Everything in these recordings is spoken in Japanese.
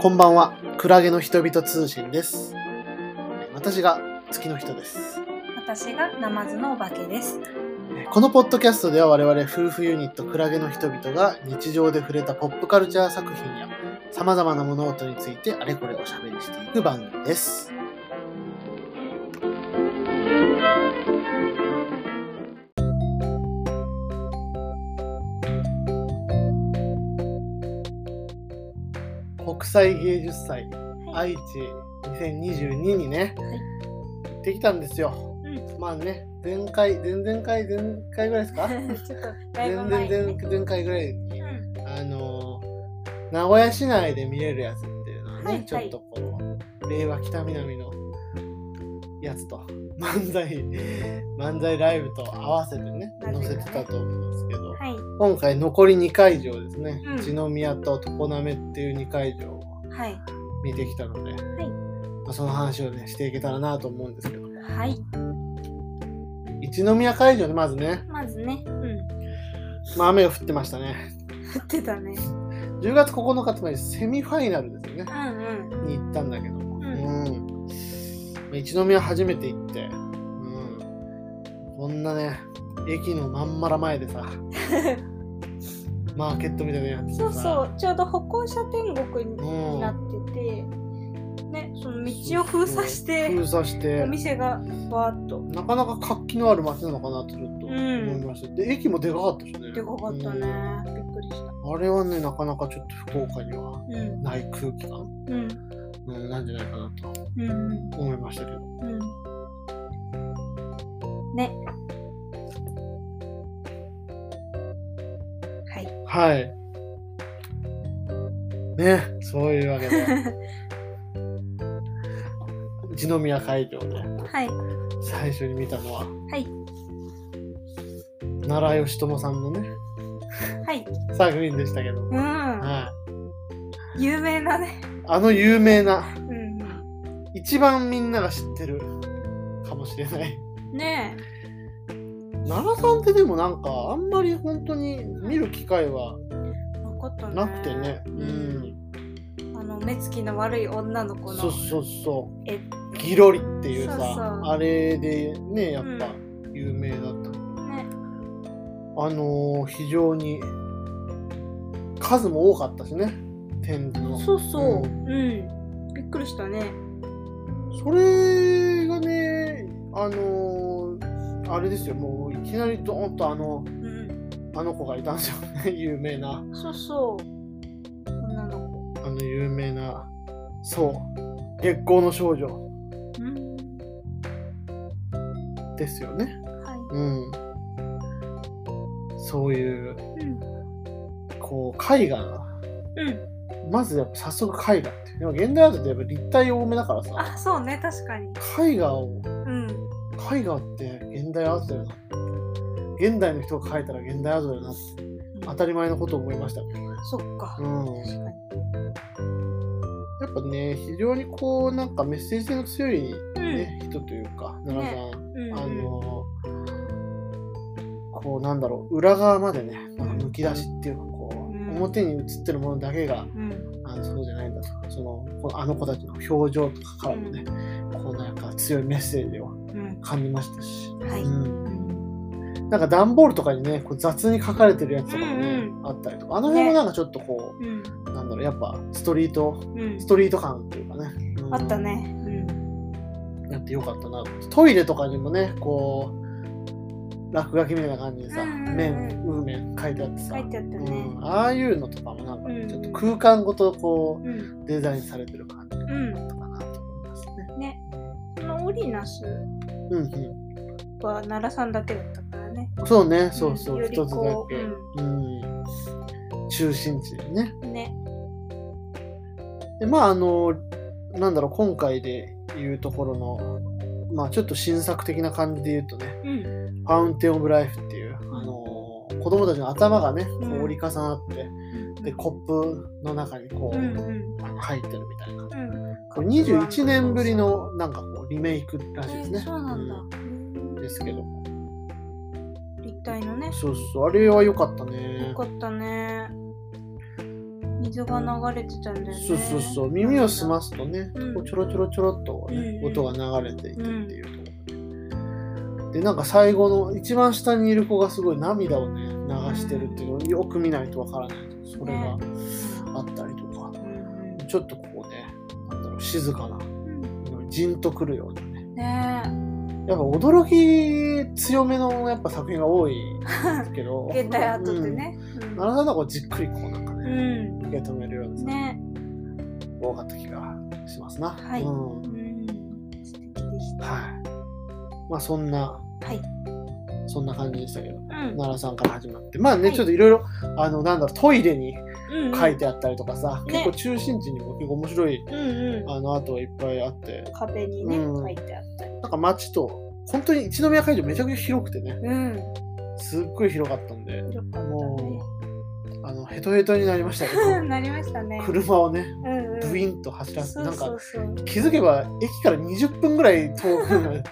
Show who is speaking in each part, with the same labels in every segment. Speaker 1: こんばんは、クラゲの人々通信です。私が月の人です。
Speaker 2: 私がナマズのお化け です。
Speaker 1: このポッドキャストでは我々夫婦ユニットクラゲの人々が日常で触れたポップカルチャー作品や様々な物音についてあれこれおしゃべりしていく番組です。国際芸術祭
Speaker 2: は
Speaker 1: 愛
Speaker 2: い。
Speaker 1: 知2022にね、
Speaker 2: はい
Speaker 1: 行ってきたんですよ。
Speaker 2: うん
Speaker 1: まあね、前回、前々回、前々回ぐらいですか
Speaker 2: ちょっとだい
Speaker 1: 全然
Speaker 2: ぶ前にね、
Speaker 1: 前前回ぐらいに、
Speaker 2: うん
Speaker 1: あのー名古屋市内で見れるやつっていうのはね、
Speaker 2: はいはい
Speaker 1: ちょっとこう令和北南のやつと漫才漫才ライブと合わせてね
Speaker 2: なぜ
Speaker 1: 載
Speaker 2: か
Speaker 1: せ
Speaker 2: ね
Speaker 1: てたと思うんですけど、
Speaker 2: はい
Speaker 1: 今回残り2会場ですね、
Speaker 2: うん
Speaker 1: 一宮と常滑っていう2会場を
Speaker 2: はい
Speaker 1: 見てきたので、
Speaker 2: い
Speaker 1: まあその話をねしていけたらなと思うんですけど
Speaker 2: はい。
Speaker 1: 一宮会場でまずね、
Speaker 2: まずね、うん。
Speaker 1: まあ、雨が降ってましたね
Speaker 2: 降ってたね。
Speaker 1: 10月9日つまりセミファイナルですよね
Speaker 2: うん
Speaker 1: に行ったんだけども、
Speaker 2: うん
Speaker 1: うん一宮初めて行って、うん、こんなね駅のまんまら前で さマーケットみたいなのやって
Speaker 2: うん。
Speaker 1: て
Speaker 2: そ
Speaker 1: さ
Speaker 2: うそう。ちょうど歩行者天国に
Speaker 1: うん
Speaker 2: なってて、ね、その道を封鎖して
Speaker 1: 封鎖して
Speaker 2: お店がバーっと
Speaker 1: なかなか活気のある街なのかなとちょっと
Speaker 2: うん
Speaker 1: 思いました、で駅もでかかったしね
Speaker 2: でかかったね。びっくりした。
Speaker 1: うんあれはねなかなかちょっと福岡には
Speaker 2: うん
Speaker 1: ない空気感、
Speaker 2: うん
Speaker 1: うん、なんじゃないかなと
Speaker 2: うん
Speaker 1: 思いましたけど
Speaker 2: うんうん。ね。はい。
Speaker 1: はいねそういうわけで 一宮会場で
Speaker 2: はい。
Speaker 1: 最初に見たのは
Speaker 2: はい。
Speaker 1: 奈良義朝さんのね
Speaker 2: はい。
Speaker 1: 作品でしたけど、
Speaker 2: うん。
Speaker 1: は
Speaker 2: 有名だね。
Speaker 1: い、あの有名な
Speaker 2: うん。
Speaker 1: 一番みんなが知ってるかもしれない
Speaker 2: ね
Speaker 1: 奈良さんってでもなんかあんまり本当に見る機会は
Speaker 2: え。なかったね。
Speaker 1: なくてね、う
Speaker 2: うん。
Speaker 1: ん、
Speaker 2: あの目つきの悪い女の子
Speaker 1: そう
Speaker 2: の。
Speaker 1: そうそう
Speaker 2: え
Speaker 1: ギロリっていうさ
Speaker 2: そうそう
Speaker 1: あれでねやっ
Speaker 2: うん
Speaker 1: ぱ有名だった、
Speaker 2: ね。
Speaker 1: あのー非常に数も多かったしね展示の
Speaker 2: そうそうう。うん。びっくりしたね。
Speaker 1: それがねあのーあれですよもういきなりドーンとあの
Speaker 2: うん。
Speaker 1: あの子がいたんですよね 有名な
Speaker 2: そうそう。女の子。
Speaker 1: あの有名なそう月光の少女
Speaker 2: うん。
Speaker 1: ですよね
Speaker 2: は
Speaker 1: うんそういう
Speaker 2: い。うん。
Speaker 1: こう絵画が
Speaker 2: うん。
Speaker 1: まずやっぱ早速絵画ってでも現代アートってやっぱ立体多めだからさ
Speaker 2: あ、そうね。確かに。
Speaker 1: 絵画を
Speaker 2: うん。
Speaker 1: 絵画って現代アートだよな現代の人が描いたら現代アートだよなって当たり前のことを思いましたけどね
Speaker 2: そっか。
Speaker 1: うん
Speaker 2: 確か
Speaker 1: やっぱね非常にこうなんかメッセージ性の強い、
Speaker 2: に。
Speaker 1: ね人というか奈良さん、
Speaker 2: うん。うん。
Speaker 1: あのこうなんだろう裏側までねなんかむき出しっていうかこう、
Speaker 2: うん
Speaker 1: 表に映ってるものだけが
Speaker 2: うん。
Speaker 1: あのそうじゃないんだとそのこのあの子たちの表情とかからもね、こうなんか強いメッセージを
Speaker 2: うん。
Speaker 1: 感じましたし、。
Speaker 2: はいう
Speaker 1: ん、
Speaker 2: うん
Speaker 1: なんか段ボールとかにねこう雑に書かれてるやつとかもね、
Speaker 2: うん
Speaker 1: あったりとかあの辺も
Speaker 2: ね
Speaker 1: なんかちょっとこ
Speaker 2: うん。
Speaker 1: う、なんだろうやっぱストリート
Speaker 2: うん
Speaker 1: ス。トリート感というかね、うん
Speaker 2: あったね。うん。
Speaker 1: やってよかったなトイレとかにもねこう落書きみたいな感じでさ、
Speaker 2: うんうんうん
Speaker 1: 麺う麺書いてあってさ
Speaker 2: 書いてあった
Speaker 1: う
Speaker 2: ね。
Speaker 1: ん、ああいうのとかもなんか
Speaker 2: う
Speaker 1: ね
Speaker 2: ん
Speaker 1: ちょっと空間ごとこ
Speaker 2: うん。
Speaker 1: うデザインされてる感じだ
Speaker 2: うん。
Speaker 1: ったかなと思いますね。
Speaker 2: ね。そのオリナス
Speaker 1: うんう
Speaker 2: は奈良さんだけだったからね。
Speaker 1: ん、そうねそうそ
Speaker 2: ん
Speaker 1: う
Speaker 2: よ
Speaker 1: 一
Speaker 2: り
Speaker 1: つだ
Speaker 2: こう
Speaker 1: け、うん、中心地でね。
Speaker 2: うん。ね。
Speaker 1: でまああのなんだろう今回で言うところのまあちょっと新作的な感じで言うとね
Speaker 2: うん。
Speaker 1: ファウンテン・オブ・ライフっていう、あのー子供たちの頭がね、こう
Speaker 2: うん
Speaker 1: 折り重なって、で、コップの中にこう、
Speaker 2: うんうん
Speaker 1: 入ってるみたいな。
Speaker 2: うん。
Speaker 1: こう21年ぶりの、なんかこう、リメイクらしいです
Speaker 2: え
Speaker 1: ね。
Speaker 2: そうなんだ。
Speaker 1: うんですけども。
Speaker 2: 立体のね。
Speaker 1: そうそう、あれは良かったね
Speaker 2: よ。かったね。水が流れてたんだよね。
Speaker 1: そうそうそう耳を澄ますとね、
Speaker 2: うん
Speaker 1: こうちょろちょろちょろっと、ね
Speaker 2: うんうん
Speaker 1: 音が流れていてっていうところで,、でなんか最後の一番下にいる子がすごい涙をね流してるっていうのをよく見ないとわからないそれがあったりとか、
Speaker 2: うん
Speaker 1: ちょっとこうねなんだろう静かな
Speaker 2: うん
Speaker 1: じんとくるようなね
Speaker 2: ね
Speaker 1: やっぱ驚き強めのやっぱ作品が多いですけ ど
Speaker 2: え現代アートって、ね。
Speaker 1: うん、なかなかこうじっくりこうなんか
Speaker 2: う
Speaker 1: ね、
Speaker 2: ん。
Speaker 1: 受け止めるような
Speaker 2: うん
Speaker 1: 作
Speaker 2: ね。
Speaker 1: 品が多かった気がしますな。
Speaker 2: はい
Speaker 1: うん
Speaker 2: うん。素敵でした。
Speaker 1: はい。まあそんな、
Speaker 2: はい
Speaker 1: そんな感じでしたけど、
Speaker 2: うん
Speaker 1: 奈良さんから始まって、まあね、
Speaker 2: はい
Speaker 1: ちょっといろいろ、あの、なんだろう、トイレに
Speaker 2: うんうん
Speaker 1: 書いてあったりとかさ、
Speaker 2: ね
Speaker 1: 結構中心地にも結構面白い、
Speaker 2: うんうん。
Speaker 1: あの、アートがいっぱいあって、
Speaker 2: 壁にね、
Speaker 1: うん
Speaker 2: 書いてあったり。
Speaker 1: なんか街と、本当に一宮会場めちゃくちゃ広くてね、
Speaker 2: うん。
Speaker 1: すっごい広かったんで、
Speaker 2: よか
Speaker 1: も
Speaker 2: っ
Speaker 1: あの、ヘトヘトになりましたけ
Speaker 2: たね。
Speaker 1: ど、
Speaker 2: なりましたね。
Speaker 1: 車をね、
Speaker 2: うんうん。
Speaker 1: ブインと走らせて、
Speaker 2: そう
Speaker 1: なん
Speaker 2: そ
Speaker 1: か
Speaker 2: う、そう。
Speaker 1: 気づけば駅から20分ぐらい遠くまで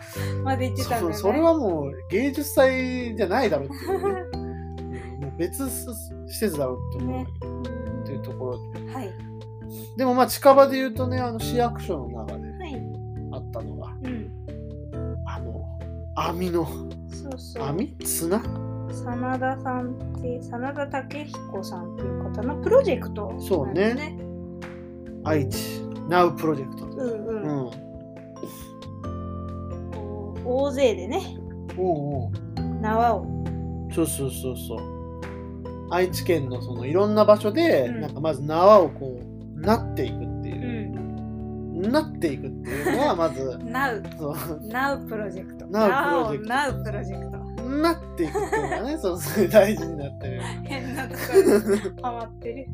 Speaker 2: まで行って
Speaker 1: そ
Speaker 2: たんだよ
Speaker 1: う
Speaker 2: ね。
Speaker 1: それはもう芸術祭じゃないだろうっていうね、 もう別す施設だろうって思うんだけど、っていうところで
Speaker 2: はい。
Speaker 1: でもまあ近場で言うとねあの市役所の中で
Speaker 2: はい。
Speaker 1: あったのが
Speaker 2: うん。
Speaker 1: あの網の
Speaker 2: そうそう。
Speaker 1: 網綱
Speaker 2: 真田さんって真田武彦さんっていう方のプロジェクトなんです
Speaker 1: そうね愛知 NOW プロジェクト
Speaker 2: う
Speaker 1: で、
Speaker 2: ん
Speaker 1: う
Speaker 2: うん、
Speaker 1: ん、
Speaker 2: こう大勢でね
Speaker 1: おうおう
Speaker 2: 縄を
Speaker 1: そうそうそうそう愛知県のそのいろんな場所で、
Speaker 2: うん
Speaker 1: なんかまず縄をこうなっていくって
Speaker 2: う
Speaker 1: いう、
Speaker 2: ん
Speaker 1: なっていくっていうのはまず
Speaker 2: ナウ
Speaker 1: そう
Speaker 2: ナウプロジェクト
Speaker 1: ナウプロジェクト
Speaker 2: ナウプロジェクト
Speaker 1: なっていくっていうのがね、そうそう大事になってる。
Speaker 2: 変なところにハマってる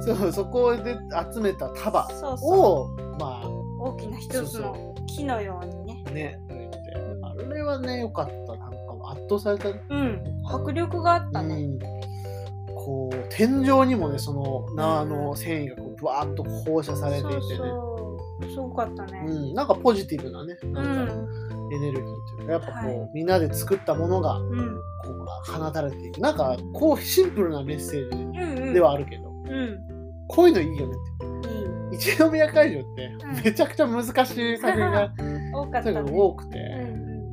Speaker 1: そう、そこで集めた束
Speaker 2: そうそう
Speaker 1: を、まあ
Speaker 2: 大きな一つ
Speaker 1: そ
Speaker 2: の木のようにね
Speaker 1: ね、抜いて。あれはね、良かった。なんか圧倒された。
Speaker 2: うん迫力があったね、
Speaker 1: うんこう、天井にもね、その縄の繊維がこう、ぶわーっと放射されていてね。
Speaker 2: そうそうすごかった
Speaker 1: う
Speaker 2: ね
Speaker 1: ん、なんかポジティブなね、
Speaker 2: う
Speaker 1: なんか
Speaker 2: ん
Speaker 1: エネルギーというか、やっぱこう、
Speaker 2: は
Speaker 1: みんなで作ったものがこ
Speaker 2: うんうん
Speaker 1: う放たれていく。なんか、こう、シンプルなメッセー
Speaker 2: うん
Speaker 1: ジではあるけど、
Speaker 2: うん
Speaker 1: こういうのいいよねって。
Speaker 2: いい
Speaker 1: 一宮会場って
Speaker 2: うん
Speaker 1: めちゃくちゃ難しい作品が
Speaker 2: 多かっ
Speaker 1: と
Speaker 2: た
Speaker 1: にか
Speaker 2: ね
Speaker 1: く多く
Speaker 2: う
Speaker 1: て、
Speaker 2: ん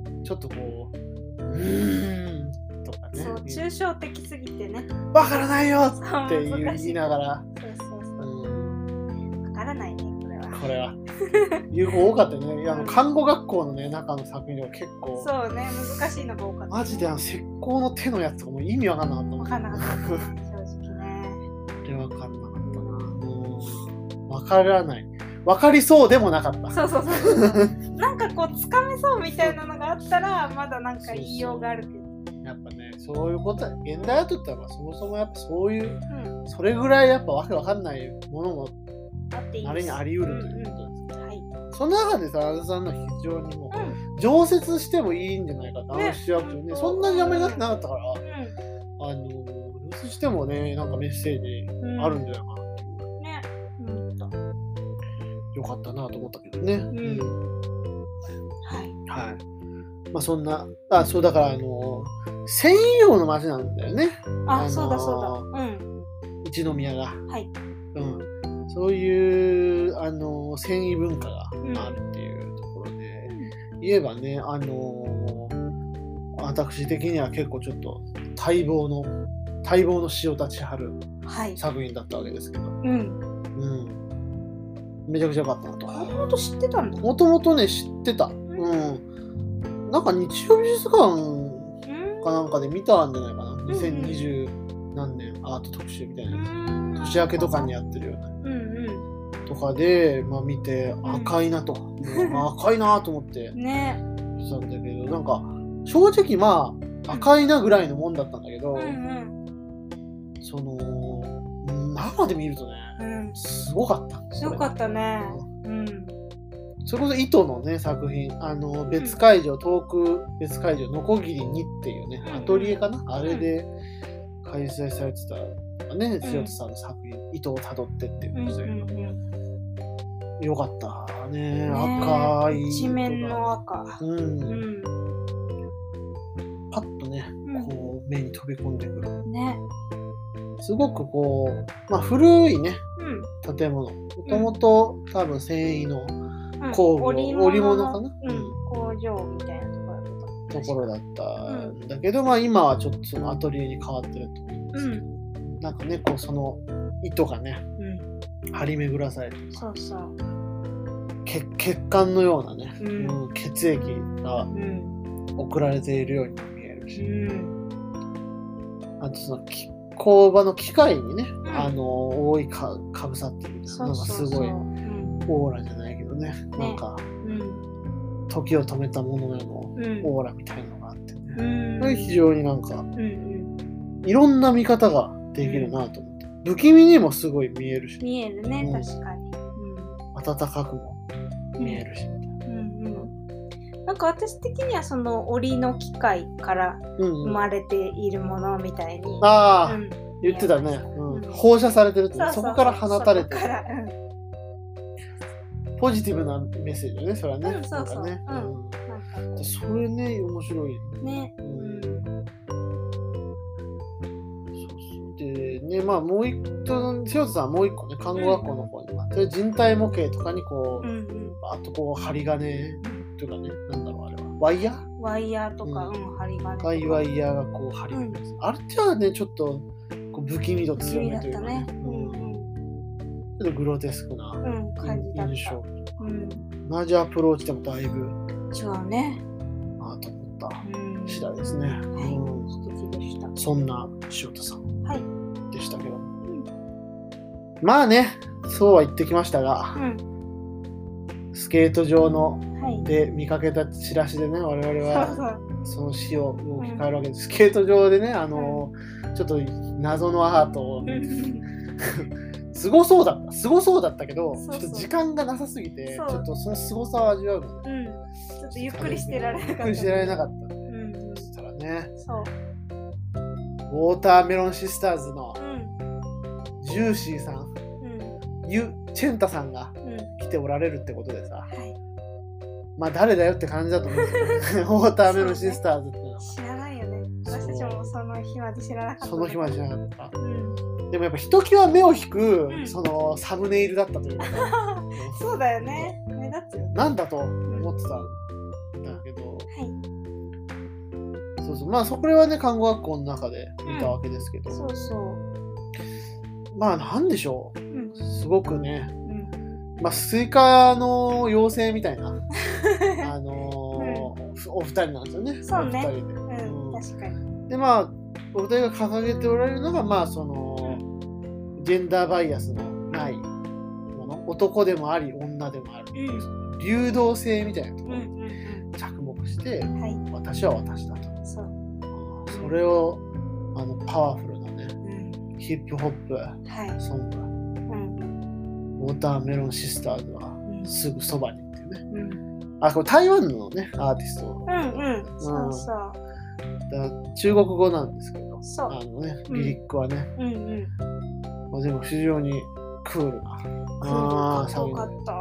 Speaker 2: うん
Speaker 1: ちょっとこう「うーん」とかね
Speaker 2: そう
Speaker 1: 「
Speaker 2: 抽象的すぎてね
Speaker 1: わからないよ!」っ
Speaker 2: 難
Speaker 1: て言いながら、
Speaker 2: そうそうそう
Speaker 1: うん、
Speaker 2: わからないねこれは
Speaker 1: これ は有効多かったよねいやあの看護学校の、ね、中の作品では結構
Speaker 2: そうね難しいのが多かった
Speaker 1: マジであの石膏の手のやつとかもう意味わかんなかったも
Speaker 2: わ
Speaker 1: ん
Speaker 2: かんなかったね正直 ね
Speaker 1: あれわかんなかったなもうわからないわかりそうでもなかった
Speaker 2: そうそうそ うそうなんかこうつかめそうみたいなのがあったらまだなんか言いようがあるけど
Speaker 1: やっぱねそういうことだ現代アートってのはそもそもやっぱそういう
Speaker 2: うん
Speaker 1: それぐらいやっぱわけわかんないものも
Speaker 2: あっていい
Speaker 1: あれにあり得るということ
Speaker 2: うん
Speaker 1: です。
Speaker 2: うんはい
Speaker 1: その中でさ、あずさんの非常にも
Speaker 2: う
Speaker 1: う、常設してもいいんじゃないかと、あ
Speaker 2: ね
Speaker 1: の市役所
Speaker 2: う
Speaker 1: ね、
Speaker 2: ん
Speaker 1: そんなにあんまりなってなかったから、
Speaker 2: ん
Speaker 1: あの、常設してもね、なんかメッセージ
Speaker 2: うんうん
Speaker 1: あるんじゃないかな。
Speaker 2: ねうんとは
Speaker 1: よかったなと思ったけどね。うん
Speaker 2: い
Speaker 1: はい。まあそんな、あ、そうだから、あの、繊維業の街なんだよね、あのー
Speaker 2: あそうだそうだうん
Speaker 1: 一宮が。
Speaker 2: はい
Speaker 1: うん。そういう、あの、繊維文化があるっていうところで、言えばね、あのー私的には結構ちょっと待望の待望の塩田千春
Speaker 2: はい
Speaker 1: 作品だったわけですけど、
Speaker 2: うん
Speaker 1: うん、めちゃくちゃ良かったなと
Speaker 2: もともと知ってたんだ
Speaker 1: もともとね知ってた、うん、なんか日曜美術館
Speaker 2: うん
Speaker 1: かなんかで見たんじゃないかな
Speaker 2: うん
Speaker 1: 2020何年アート特集みたいなやつ
Speaker 2: うん
Speaker 1: 年明けとかにやってるよう
Speaker 2: うんう
Speaker 1: なとかで、まあ、見て
Speaker 2: ん
Speaker 1: 赤いなと、うんまあ赤いなと思って
Speaker 2: んね
Speaker 1: ってたんだけどなんか正直まあ赤いなぐらいのもんだったんだけど、
Speaker 2: うん
Speaker 1: その生で見るとね
Speaker 2: うんうん
Speaker 1: すごかった
Speaker 2: 強かったねうん
Speaker 1: それこそ糸のね作品あの別会場、遠く別会場のこぎりにっていうね
Speaker 2: うん
Speaker 1: アトリエかな、あれで開催されてたね強田さんの作品「糸をたどって」っていう
Speaker 2: うん
Speaker 1: の
Speaker 2: う
Speaker 1: で、
Speaker 2: んうん
Speaker 1: よかったね
Speaker 2: ね
Speaker 1: 赤い糸が
Speaker 2: 一面の赤。
Speaker 1: う、
Speaker 2: うんん。
Speaker 1: パッとねこう目に飛び込んでくる
Speaker 2: ね。
Speaker 1: すごくこう、まあ、古いね
Speaker 2: うん
Speaker 1: 建物もともと多分繊維の
Speaker 2: うん
Speaker 1: 工具、織物か
Speaker 2: の
Speaker 1: な、
Speaker 2: うん、工場みたいなところだった
Speaker 1: ところだったんだけど、まあ、今はちょっとそのアトリエに変わってると思うんですけど、なんかねこうその糸がね
Speaker 2: うん、
Speaker 1: 張り巡らされて
Speaker 2: そうそう、
Speaker 1: 血血管のようなね、
Speaker 2: う
Speaker 1: うんん血液が
Speaker 2: うん
Speaker 1: 送られているようにも見えるし、
Speaker 2: うん
Speaker 1: あとそのき工場の機械にね、
Speaker 2: ん
Speaker 1: あの覆いかかぶさってる
Speaker 2: そ
Speaker 1: なん
Speaker 2: う
Speaker 1: か
Speaker 2: そ
Speaker 1: す
Speaker 2: うそう
Speaker 1: ごい
Speaker 2: うん
Speaker 1: オーラじゃないけどねなんか
Speaker 2: うん
Speaker 1: 時を止めたものの
Speaker 2: うん
Speaker 1: オーラみたいのがあって
Speaker 2: う
Speaker 1: ね、
Speaker 2: ん
Speaker 1: これ非常になんか
Speaker 2: うんうん
Speaker 1: いろんな見方ができるなと思って不気味にもすごい見えるし
Speaker 2: 見えるね、
Speaker 1: うん
Speaker 2: 確かに、
Speaker 1: 温かくも
Speaker 2: うん、
Speaker 1: 見えるし、
Speaker 2: うんうんなんか私的にはその織りの機械から
Speaker 1: うん
Speaker 2: 生
Speaker 1: うん
Speaker 2: まれているものみたいに、
Speaker 1: ああ、
Speaker 2: うん
Speaker 1: 言ってたね、
Speaker 2: う
Speaker 1: うんん、放射されてるって
Speaker 2: ううう
Speaker 1: そこから放たれて
Speaker 2: そこからうん
Speaker 1: ポジティブなメッセージよねそれはね、
Speaker 2: うんそうそう
Speaker 1: なんかね、うん
Speaker 2: なんか
Speaker 1: でそれね面白い、
Speaker 2: ね、
Speaker 1: う
Speaker 2: うんん、
Speaker 1: そうそうでねまあもう一個千代田さんはもう一個ね看護学校の方に、まあそれ人体模型とかにこう、
Speaker 2: うんうん
Speaker 1: あとこう針金というかねなんだろうあれはワイヤー
Speaker 2: ワイヤーとか、う、
Speaker 1: うん
Speaker 2: 針金とか
Speaker 1: 赤いワイヤーがこう針金です、あれじゃあねちょっとこう不気味度強めというかね
Speaker 2: 不気味だったね
Speaker 1: うん
Speaker 2: うん
Speaker 1: ちょっとグロテスクな
Speaker 2: うん、感じだっ
Speaker 1: 印象
Speaker 2: た。うん、
Speaker 1: 同じアプローチでもだいぶ
Speaker 2: 違うね。
Speaker 1: あと思った
Speaker 2: うん、
Speaker 1: 次第ですね、
Speaker 2: はい
Speaker 1: うん
Speaker 2: 素敵でした。
Speaker 1: そんな塩田さん、
Speaker 2: はい
Speaker 1: でしたけど、まあねそうは言ってきました
Speaker 2: う
Speaker 1: が、
Speaker 2: ん、
Speaker 1: スケート場の
Speaker 2: はい。
Speaker 1: で見かけたチラシでね我々
Speaker 2: そうそ
Speaker 1: は
Speaker 2: う。
Speaker 1: その詩をもう控えるわけです、スケート場でねあのちょっと謎のアートを
Speaker 2: うん
Speaker 1: すごそうだったすごそうだったけど
Speaker 2: そうそう
Speaker 1: ちょっと時間がなさすぎてち
Speaker 2: そう
Speaker 1: ょっとそのすごさを味わうのね
Speaker 2: うん、ちょっとゆっくりしてられなか
Speaker 1: ゆ
Speaker 2: っ。
Speaker 1: ったくりしてられなかったん
Speaker 2: うん、
Speaker 1: ですからね
Speaker 2: そう。
Speaker 1: ウォーターメロンシスターズの
Speaker 2: うん、
Speaker 1: ジューシーさん
Speaker 2: うん、
Speaker 1: ユ・チェンタさんが
Speaker 2: うん、
Speaker 1: 来ておられるってことでさ
Speaker 2: はい。ま
Speaker 1: まあ誰だよって感じだと思うんです よねウォーターメロンシスターズってのは
Speaker 2: 知らないよね。私たちもその日まで知らなかった。
Speaker 1: その日まで
Speaker 2: で。
Speaker 1: じゃなかった
Speaker 2: うん。
Speaker 1: でもやっぱひときわ目を引く、
Speaker 2: うん
Speaker 1: そのサムネイルだったというか
Speaker 2: そうだよね。目立 つよね。
Speaker 1: なんだと思ってたんだけど
Speaker 2: はい。
Speaker 1: そうそうまあそこはね看護学校の中で見たわけですけど、
Speaker 2: そうそう。
Speaker 1: まあなんでしょ
Speaker 2: うん
Speaker 1: う、すごくね
Speaker 2: うん、
Speaker 1: まあスイカの妖精み たいなあのーお二人なんですよね
Speaker 2: そうね
Speaker 1: お二人で。
Speaker 2: うん、確かに。
Speaker 1: でまあお二人が掲げておられるのがまあそのジェンダーバイアスのないもの男でもあり女でもある
Speaker 2: うん、
Speaker 1: 流動性みたいなとこ
Speaker 2: う
Speaker 1: ろに
Speaker 2: ん、う
Speaker 1: 着目して、
Speaker 2: ん、はい。
Speaker 1: 私は私だと
Speaker 2: そう。
Speaker 1: それをあのパワフルなね
Speaker 2: うん、
Speaker 1: ヒップホップ
Speaker 2: はい。
Speaker 1: ソング
Speaker 2: うん、
Speaker 1: ウォーターメロンシスターズは
Speaker 2: うん、
Speaker 1: すぐそばにっていうね
Speaker 2: うん。
Speaker 1: あこれ台湾のねアーティスト
Speaker 2: うんうん、そうそう。
Speaker 1: だ中国語なんですけど
Speaker 2: そ
Speaker 1: あ
Speaker 2: う。
Speaker 1: のね
Speaker 2: うん
Speaker 1: リリックはね、
Speaker 2: うんうん。
Speaker 1: まあでも非常にクールな
Speaker 2: か
Speaker 1: あ
Speaker 2: っ
Speaker 1: ー
Speaker 2: こよか
Speaker 1: 寒い
Speaker 2: った。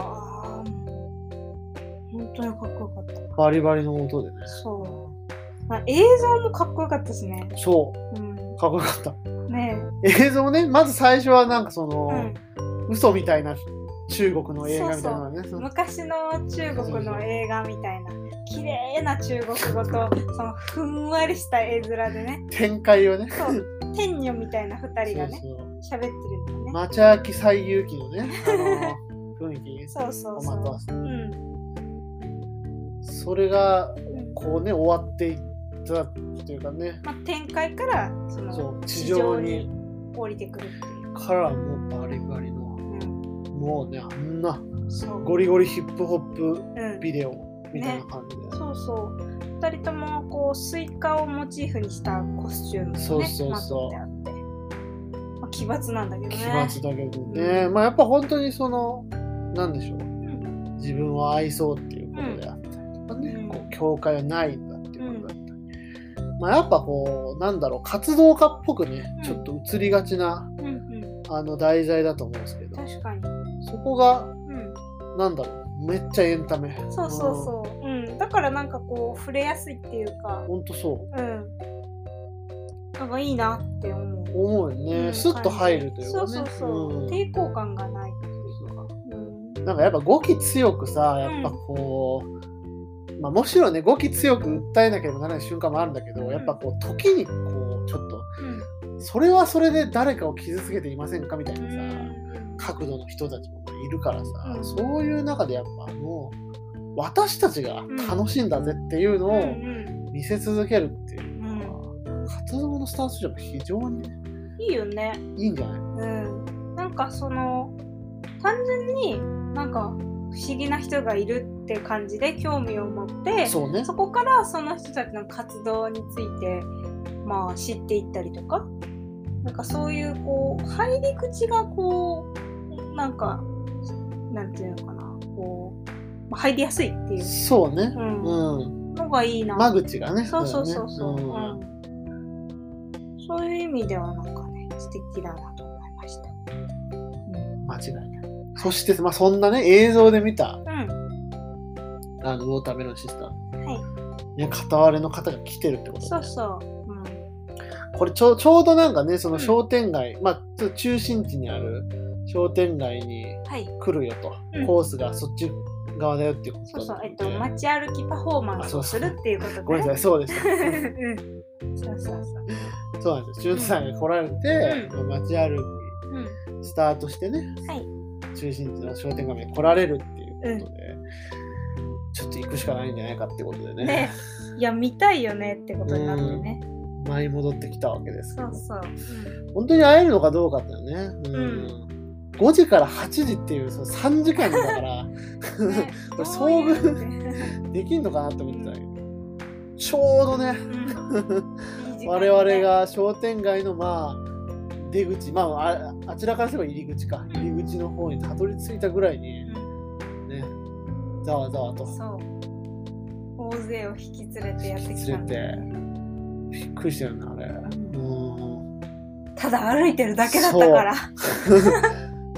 Speaker 2: 本当にかっこよかった。
Speaker 1: バリバリの音でね
Speaker 2: そう。まあ、映像もかっこよかったですね。
Speaker 1: そ
Speaker 2: うん。
Speaker 1: うかっこよかった
Speaker 2: ね
Speaker 1: 映像ねまず最初はなんかそ
Speaker 2: え、
Speaker 1: の、嘘みたいな中国の映画みたいなのがね
Speaker 2: う
Speaker 1: そ
Speaker 2: ん。
Speaker 1: の
Speaker 2: 昔の中国の映画みたいな。綺麗な中国語と、そのふんわりした絵面でね。
Speaker 1: 展開をね
Speaker 2: そう。天女みたいな二人がね、
Speaker 1: そうそう
Speaker 2: 喋ってるんだよね。
Speaker 1: マチャーキ最勇気のね、あ の雰囲気
Speaker 2: そうそう
Speaker 1: を
Speaker 2: そ
Speaker 1: まとわ
Speaker 2: う。
Speaker 1: せて
Speaker 2: うん。
Speaker 1: それが
Speaker 2: うん
Speaker 1: こうね終わっていったというかね
Speaker 2: まあ、展開からその
Speaker 1: そう
Speaker 2: 地
Speaker 1: 地
Speaker 2: 上
Speaker 1: 上
Speaker 2: に
Speaker 1: に
Speaker 2: 降りてくるっていう。
Speaker 1: からはもうバリバリの
Speaker 2: うん
Speaker 1: もうねあんな
Speaker 2: そう
Speaker 1: ゴリゴリヒップホップ
Speaker 2: うん、
Speaker 1: ビデオみたいな感じで、
Speaker 2: そうそう2人ともこうスイカをモチーフにしたコスチュームを、ね、
Speaker 1: そうそうそう
Speaker 2: まとってあって、まあ、奇抜なんだけどね
Speaker 1: 奇抜だけどね、まあやっぱ本当にそのなんでしょう
Speaker 2: うん
Speaker 1: 自分を愛そうっていうことであったりとかね、
Speaker 2: うん
Speaker 1: こう境界はないんだっていうことだったり、まあ、やっぱこうなんだろう活動家っぽくね
Speaker 2: うん
Speaker 1: ちょっと映りがちな
Speaker 2: うんうん、
Speaker 1: あの題材だと思うんですけど
Speaker 2: 確かに、
Speaker 1: そこが
Speaker 2: う
Speaker 1: なんだろうめっちゃエンタメ
Speaker 2: ん、そうそうそう、うん、だからなんかこう触れやすいっていうか
Speaker 1: うんほんとそ
Speaker 2: うん
Speaker 1: う
Speaker 2: なんかいいなって思う。
Speaker 1: 思うよね、
Speaker 2: うん
Speaker 1: スッと入るというかね
Speaker 2: そうそうそう、
Speaker 1: ん
Speaker 2: 抵抗感がないっていうか、うん、
Speaker 1: なんかやっぱ語気強くさやっぱこう、まあもちろんね語気強く訴えなければならない瞬間もあるんだけど、
Speaker 2: うん
Speaker 1: やっぱこう時にこうちょっとそれはそれで誰かを傷つけていませんかみたいなさ、角度の人たちもいるからさ、
Speaker 2: うん
Speaker 1: そういう中でやっぱもう私たちが楽しいんだぜっていうの
Speaker 2: うんう
Speaker 1: を
Speaker 2: ん
Speaker 1: 見せ続けるっていう
Speaker 2: う
Speaker 1: の
Speaker 2: ん
Speaker 1: は、活動のスタンスじゃ非常にね
Speaker 2: いいよね
Speaker 1: いいんじゃない
Speaker 2: うんなんかその単純になんか不思議な人がいるって感じで興味を持って
Speaker 1: そうね
Speaker 2: そこからその人たちの活動についてまあ知っていったりとかなんかそういうこう入り口がこうなんかなんていうのかなこうまあ入りやすいっていう
Speaker 1: そうね
Speaker 2: うん
Speaker 1: うん、
Speaker 2: のがいいな。
Speaker 1: 間口がね
Speaker 2: そうそうそうそう、
Speaker 1: だよねん
Speaker 2: うんそういう意味ではなんかね素敵だなと思いました。うん
Speaker 1: 間違いない。そして、まあ、そんなね、映像で見た、
Speaker 2: うん、
Speaker 1: あの、ウォーターメロンシスター。
Speaker 2: は
Speaker 1: ね、片割れの方が来てるってこ
Speaker 2: い、
Speaker 1: と
Speaker 2: そうそう、うん、
Speaker 1: これちょうちょうどなんかねその
Speaker 2: うん
Speaker 1: 商店街、まあちょっと中心地にある商店街に
Speaker 2: はい、
Speaker 1: 来るよと、
Speaker 2: うん
Speaker 1: コースがそっち側だよっていうこ
Speaker 2: そ
Speaker 1: とだ
Speaker 2: うそ
Speaker 1: っ
Speaker 2: う、
Speaker 1: た
Speaker 2: え
Speaker 1: ん
Speaker 2: っ
Speaker 1: で
Speaker 2: と、街歩きパフォーマンスをするっていうことね。
Speaker 1: ごめんなさいそうでした
Speaker 2: うん、そうそうそう、
Speaker 1: そうなんですよ中さんが来られて、街歩
Speaker 2: うん、
Speaker 1: きスタートしてね
Speaker 2: はい、
Speaker 1: 中心地の商店街に来られるっていうことで、ちょっと行くしかないんじゃないかってことでね
Speaker 2: ね、いや、見たいよねってことになってね。
Speaker 1: 舞い戻ってきたわけですけ
Speaker 2: そ
Speaker 1: ど
Speaker 2: うそう、うん
Speaker 1: 本当に会えるのかどうかっていうのはね、うん
Speaker 2: う
Speaker 1: 5時から8時っていうその3時間だから
Speaker 2: ね
Speaker 1: これ
Speaker 2: どういう
Speaker 1: 遭できんのかなって思ってたんやけどちょうどね
Speaker 2: うんいい時間
Speaker 1: 我々が商店街のまあ出口まあああちらからすれば入り口か入り口の方にたどり着いたぐらいに
Speaker 2: ね
Speaker 1: ねざわざわと
Speaker 2: そう大勢を引き連れてやってきたんだよね
Speaker 1: びっくりしたよねあれうん
Speaker 2: ただ歩いてるだけだったから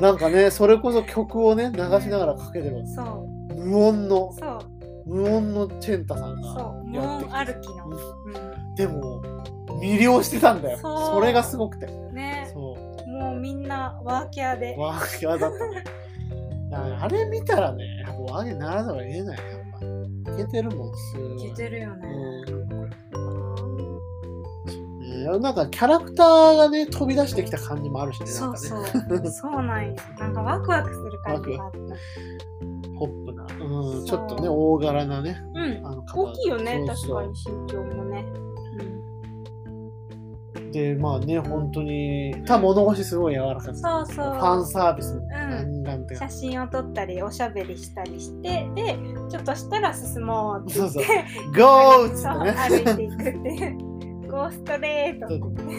Speaker 1: なんかねそれこそ曲をね流しながらかけてる
Speaker 2: そう
Speaker 1: 無音の
Speaker 2: そう
Speaker 1: 無音のチェンタさん
Speaker 2: そう
Speaker 1: が
Speaker 2: 無
Speaker 1: やってき
Speaker 2: 音
Speaker 1: て
Speaker 2: 歩きの、
Speaker 1: でも魅了してたんだよ
Speaker 2: そう
Speaker 1: それがすごくて
Speaker 2: うん、ね
Speaker 1: そう
Speaker 2: もうみんなワーキャーで
Speaker 1: ワーキャーだったね。だからあれ見たらね、やっぱワーキャーにならざるを得ない。やっぱ、いけてるもん、すご
Speaker 2: い
Speaker 1: い。
Speaker 2: けてるよね、
Speaker 1: うんねなんかキャラクターがね、飛び出してきた感じもあるしね、な
Speaker 2: そ
Speaker 1: ん
Speaker 2: う
Speaker 1: かね、
Speaker 2: そうそうなんよなんかワクワクする感じがあった
Speaker 1: ポップな、う、
Speaker 2: そうん
Speaker 1: ちょっとね、大柄なね、
Speaker 2: うん
Speaker 1: あの方
Speaker 2: 大きいよね
Speaker 1: そうそう
Speaker 2: 確かに身長もね、
Speaker 1: で、まあね、本当に、た物腰すごい柔らか
Speaker 2: う
Speaker 1: く
Speaker 2: ん、
Speaker 1: て
Speaker 2: そうそ
Speaker 1: ファン
Speaker 2: う
Speaker 1: サービスなんなんて、
Speaker 2: 写真を撮ったりおしゃべりしたりしてでちょっとしたら進もうって
Speaker 1: そ
Speaker 2: 言
Speaker 1: う
Speaker 2: っ
Speaker 1: そう
Speaker 2: て、
Speaker 1: ゴーっつ
Speaker 2: そう
Speaker 1: ってね。
Speaker 2: 歩いていくって いう。ゴーストレートってね。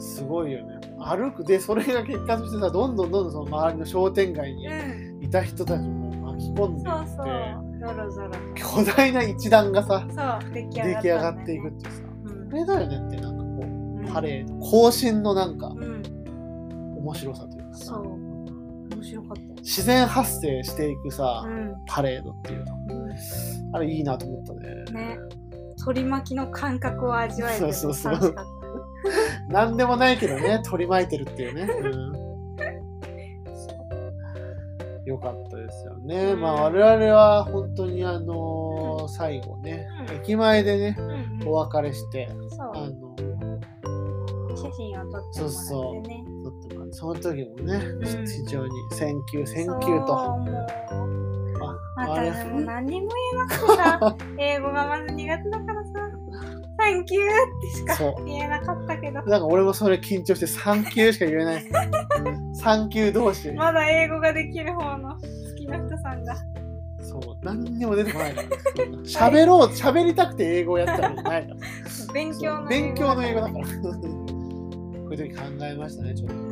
Speaker 1: すごいよね。歩くでそれが結果としてさどんどんどんどんその周りの商店街に
Speaker 2: うん。
Speaker 1: いた人たちも巻き込んで
Speaker 2: そうそう
Speaker 1: い。
Speaker 2: ゾロゾロ。
Speaker 1: って巨大な一団がさ
Speaker 2: そう。出来上
Speaker 1: 出
Speaker 2: が,、
Speaker 1: 来上がっていくっ。ていうさ
Speaker 2: う
Speaker 1: これだよねってなんかこ
Speaker 2: ん。
Speaker 1: うパレード行進のなんか
Speaker 2: うん。
Speaker 1: 面白さというかさ
Speaker 2: そう。面白かったよ。
Speaker 1: 自然発生していくさ
Speaker 2: うん。
Speaker 1: パレードっていうのあれいいなと思ったね。
Speaker 2: ね。取り巻きの感覚を味わえて楽し
Speaker 1: そうそうそう
Speaker 2: かった。
Speaker 1: なんでもないけどね取り巻いてるって いうね。うんよかったですよね。まあ我々は本当にあのー最後ね、
Speaker 2: うん
Speaker 1: 駅前でね
Speaker 2: うんうん
Speaker 1: お別れして、
Speaker 2: そ
Speaker 1: あ
Speaker 2: う。
Speaker 1: の
Speaker 2: 写真を撮って
Speaker 1: そうそ
Speaker 2: も
Speaker 1: う
Speaker 2: らってね。
Speaker 1: ちょっとまあその時もね、
Speaker 2: ん
Speaker 1: 非常に「センキューセンキュー
Speaker 2: そう
Speaker 1: と」
Speaker 2: もう
Speaker 1: あ
Speaker 2: ま
Speaker 1: あ
Speaker 2: た
Speaker 1: れ
Speaker 2: でも何にも言えなくてさ、 英語がまず苦手だからさ、サンキューってしか
Speaker 1: そ
Speaker 2: 言えなかったけど
Speaker 1: う。なんか俺もそれ緊張して「サンキュー」しか言えないサンキュー同士、
Speaker 2: まだ英語ができる方の好きな人さんが。
Speaker 1: そう何にも出てこないからそんな喋ろう喋りたくて英語をやったわけじゃないから
Speaker 2: 勉強の
Speaker 1: 勉強の英語だ
Speaker 2: ね
Speaker 1: から。こういう時考えましたね、ちょっとね。